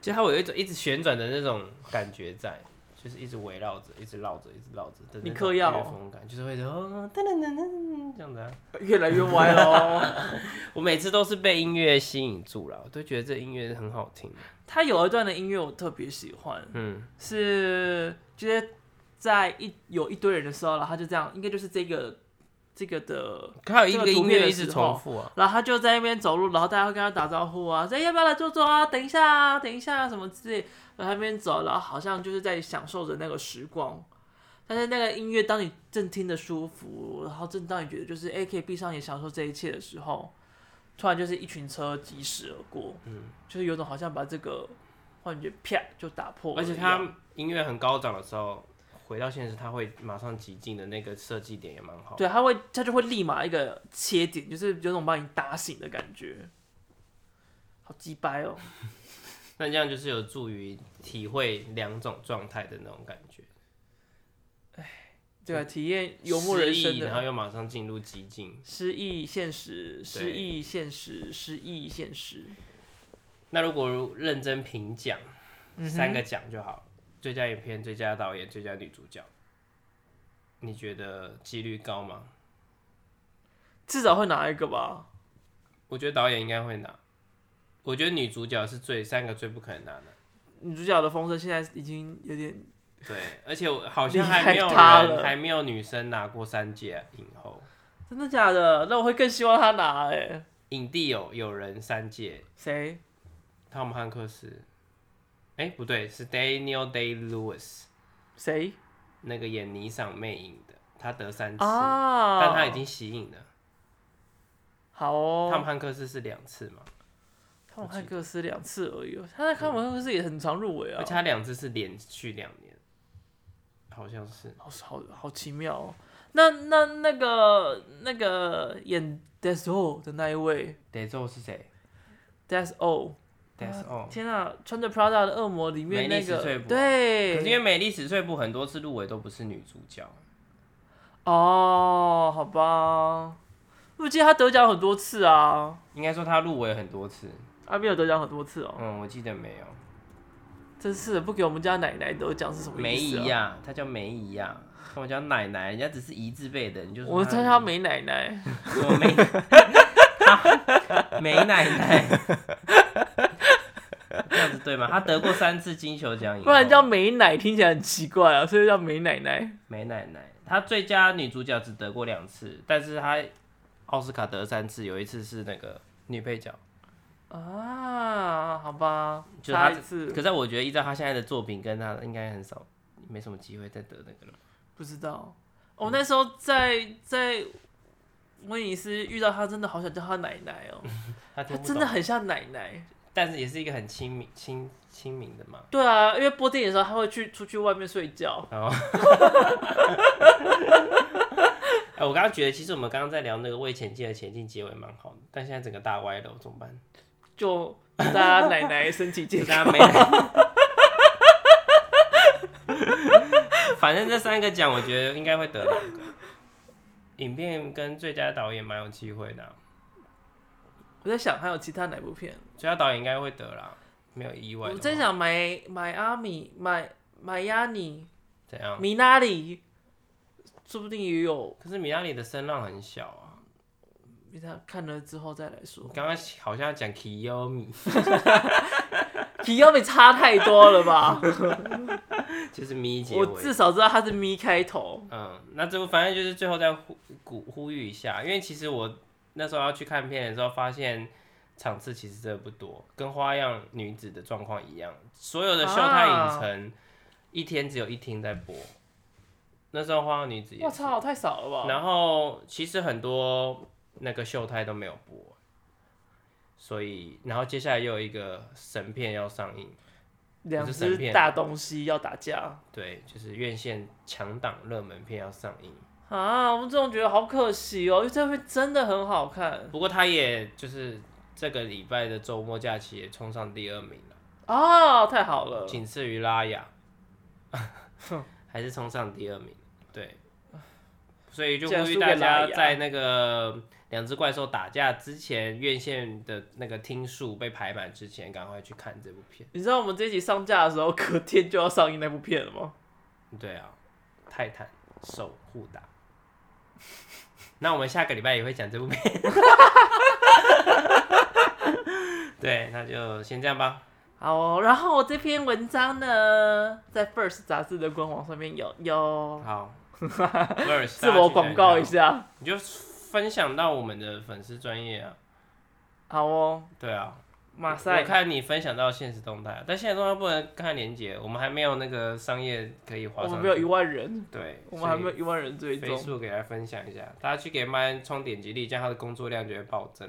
Speaker 2: 就它会有一种一直旋转的那种感觉在，就是一直围绕着，一直绕着，一直绕着的
Speaker 1: 你
Speaker 2: 那
Speaker 1: 嗑
Speaker 2: 种
Speaker 1: 药
Speaker 2: 乐风感，就是会哦噔噔噔噔这样子啊。
Speaker 1: 越来越歪了哦。
Speaker 2: 我每次都是被音乐吸引住了，我都觉得这音乐很好听。
Speaker 1: 他有一段的音乐我特别喜欢，
Speaker 2: 嗯，
Speaker 1: 是就是在一有一堆人的时候，然后他就这样，应该就是这个这个的，
Speaker 2: 它有一
Speaker 1: 这个
Speaker 2: 个
Speaker 1: 图
Speaker 2: 音
Speaker 1: 片
Speaker 2: 乐
Speaker 1: 的
Speaker 2: 一直
Speaker 1: 时
Speaker 2: 重
Speaker 1: 候
Speaker 2: 复啊。
Speaker 1: 然后他就在那边走路，然后大家会跟他打招呼啊，说、哎要不要来坐坐啊，等一下啊，等一下啊什么之类，然后他那边走，然后好像就是在享受着那个时光。但是那个音乐，当你正听得舒服，然后正当你觉得就是哎、可以闭上眼享受这一切的时候，突然就是一群车疾驶而过，
Speaker 2: 嗯，
Speaker 1: 就是有种好像把这个幻觉啪就打破了
Speaker 2: 而
Speaker 1: 一
Speaker 2: 且
Speaker 1: 样，
Speaker 2: 他音乐很高涨的时候，回到现实他会马上极进的那个设计点也蛮好。
Speaker 1: 对，他会他就会立马一个切点，就是有种把你打醒的感觉，好鸡掰哦。
Speaker 2: 那这样就是有助于体会两种状态的那种感觉，
Speaker 1: 对啊，体验幽默人
Speaker 2: 失
Speaker 1: 生
Speaker 2: 意然后
Speaker 1: 的
Speaker 2: 又马上进入极境。
Speaker 1: 失忆现实，失
Speaker 2: 对
Speaker 1: 忆现实，失忆现实。
Speaker 2: 那如果认真评奖，
Speaker 1: 嗯哼
Speaker 2: 三个奖就好了：最佳影片、最佳导演、最佳女主角。你觉得几率高吗？
Speaker 1: 至少会拿一个吧。
Speaker 2: 我觉得导演应该会拿，我觉得女主角是最三个最不可能拿的。
Speaker 1: 女主角的风声现在已经有点
Speaker 2: 对，而且我好像还没有
Speaker 1: 厉害他
Speaker 2: 人，
Speaker 1: 了
Speaker 2: 还没有女生拿过三届影后，
Speaker 1: 真的假的，那我会更希望她拿哎、
Speaker 2: 影帝有有人三届，
Speaker 1: 谁？
Speaker 2: 汤姆汉克斯，哎、不对，是 Daniel Day Lewis
Speaker 1: 谁
Speaker 2: 那个演《霓裳魅影》的，他得三次，
Speaker 1: 啊？
Speaker 2: 但他已经吸引了。
Speaker 1: 好
Speaker 2: 汤
Speaker 1: 哦。
Speaker 2: 姆汉克斯是两次嘛，
Speaker 1: 汤姆汉克斯两次而已哦，他在汤姆汉克斯也很常入围啊
Speaker 2: 而且，他两次是连续两年，好像是
Speaker 1: 好好好奇妙哦。那那那个那个演 Death O 的那一位
Speaker 2: Day Zo 是谁
Speaker 1: Death O，
Speaker 2: ？That's all。
Speaker 1: 天啊，穿着 Prada 的恶魔里面
Speaker 2: 美
Speaker 1: 那
Speaker 2: 丽史翠
Speaker 1: 个
Speaker 2: 普啊可
Speaker 1: 对，
Speaker 2: 是因为《美丽史翠普》很多次入围都不是女主角，
Speaker 1: 哦，好吧，我记得他得奖很多次啊，
Speaker 2: 应该说她入围很多次。
Speaker 1: 阿米有得奖很多次哦。
Speaker 2: 嗯，我记得没有。
Speaker 1: 真是的，不给我们家奶奶得奖是什么
Speaker 2: 梅
Speaker 1: 意
Speaker 2: 姨
Speaker 1: 思、啊？
Speaker 2: 呀、她叫梅姨呀、跟我叫奶奶，人家只是姨字辈的，你就说
Speaker 1: 我叫她梅奶奶，
Speaker 2: 嗯我梅她梅奶奶，这样子对吗？她得过三次金球奖以后，
Speaker 1: 不然叫梅奶听起来很奇怪啊，所以叫梅奶奶。
Speaker 2: 梅奶奶。她最佳女主角只得过两次，但是她奥斯卡得三次，有一次是那个女配角，
Speaker 1: 啊，好吧，
Speaker 2: 就是
Speaker 1: 下
Speaker 2: 她
Speaker 1: 一次
Speaker 2: 可是我觉得依照她现在的作品，跟她应该很少，没什么机会再得那个了。
Speaker 1: 不知道。我、那时候在在威尼斯遇到她，真的好想叫她奶奶哦、
Speaker 2: 她
Speaker 1: 她
Speaker 2: 听嗯不
Speaker 1: 真的
Speaker 2: 懂，
Speaker 1: 很像奶奶。
Speaker 2: 但是也是一个很亲民、亲亲民的嘛。
Speaker 1: 对啊，因为播电影的时候，她会去出去外面睡觉。
Speaker 2: 哦，哎、我刚刚觉得，其实我们刚刚在聊那个未前进的前进结尾蛮好的，但现在整个大歪楼怎么办？
Speaker 1: 就祝大家奶奶身体健康。
Speaker 2: 大家没。反正这三个奖，我觉得应该会得两个。影片跟最佳导演蛮有机会的啊、
Speaker 1: 我在想还有其他哪部片？
Speaker 2: 最佳导演应该会得啦，没有意外的
Speaker 1: 我
Speaker 2: 话。
Speaker 1: 在想买买阿米买买亚尼
Speaker 2: 怎样？
Speaker 1: 米拉里，说不定也有。
Speaker 2: 可是米拉里的声浪很小啊。
Speaker 1: 你看看了之后再来
Speaker 2: 你
Speaker 1: 说。
Speaker 2: 刚刚好像讲 Kiyomi，
Speaker 1: 提要被差太多了吧？
Speaker 2: 就是咪 结尾。
Speaker 1: 我至少知道他是咪开头。
Speaker 2: 嗯，那这部反正就是最后再呼鼓呼吁一下，因为其实我那时候要去看片的时候，发现场次其实真的不多，跟《花样女子》的状况一样，所有的秀泰影城、一天只有一厅在播。那时候《花样女子》也
Speaker 1: 我
Speaker 2: 是，
Speaker 1: 操，太少了吧？
Speaker 2: 然后其实很多那个秀泰都没有播，所以然后接下来又有一个神片要上映，
Speaker 1: 两
Speaker 2: 我是神
Speaker 1: 只
Speaker 2: 片
Speaker 1: 大东西要打架
Speaker 2: 对，就是院线强档热门片要上映。
Speaker 1: 啊！我这种觉得好可惜哦，因为这部真的很好看
Speaker 2: 不过他也就是这个礼拜的周末假期也冲上第二名了，
Speaker 1: 哦，太好了。
Speaker 2: 仅次于拉雅， 还是冲上第二名。对，所以就呼吁大家在那个两只怪兽打架之前，院线的那个厅数被排满之前，赶快去看这部片。
Speaker 1: 你知道我们这一集上架的时候，隔天就要上映那部片了吗？
Speaker 2: 对啊，泰坦守护打。那我们下个礼拜也会讲这部片。 对，那就先这样吧。
Speaker 1: 好哦、然后我这篇文章呢，在 First 杂志的官网上面有有
Speaker 2: 好，Verse，
Speaker 1: 哦自我广告一
Speaker 2: 大家去看
Speaker 1: 下。
Speaker 2: 看，你就分享到我们的粉丝专业啊。
Speaker 1: 好哦，
Speaker 2: 对啊，
Speaker 1: 马
Speaker 2: 我
Speaker 1: 赛，
Speaker 2: 看你分享到现实动态，啊但现实动态不能看连接，我们还没有那个商业可以划
Speaker 1: 我
Speaker 2: 上
Speaker 1: 们没
Speaker 2: 去
Speaker 1: 有一万人，
Speaker 2: 对，
Speaker 1: 我们还没
Speaker 2: 所
Speaker 1: 有一万人追
Speaker 2: 以飞
Speaker 1: 踪。
Speaker 2: 速给大家分享一下，大家去给麦恩冲点击率，这样他的工作量就会暴增。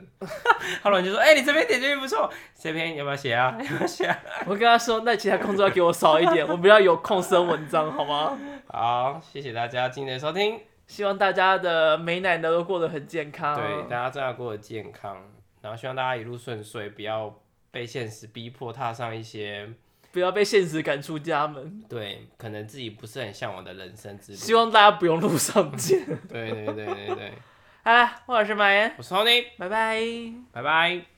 Speaker 2: 他然就说：“哎、你这篇点击率不错，这篇要不要 写啊？ 要不要写、啊？
Speaker 1: 我跟他说，那其他工作要给我少一 点，我比较有空生文章，好吗？
Speaker 2: 好，谢谢大家今天的收听，
Speaker 1: 希望大家的美奶呢都过得很健康。
Speaker 2: 对大家真的过得健康，然后希望大家一路顺遂，不要被现实逼迫踏上一些
Speaker 1: 不要被现实赶出家门。
Speaker 2: 对可能自己不是很向往的人生之
Speaker 1: 希
Speaker 2: 路。
Speaker 1: 望大家不用路上见。
Speaker 2: 对对对对对，
Speaker 1: 好啦，我是马岩，
Speaker 2: 我是 Tony，
Speaker 1: 拜拜。
Speaker 2: 拜拜。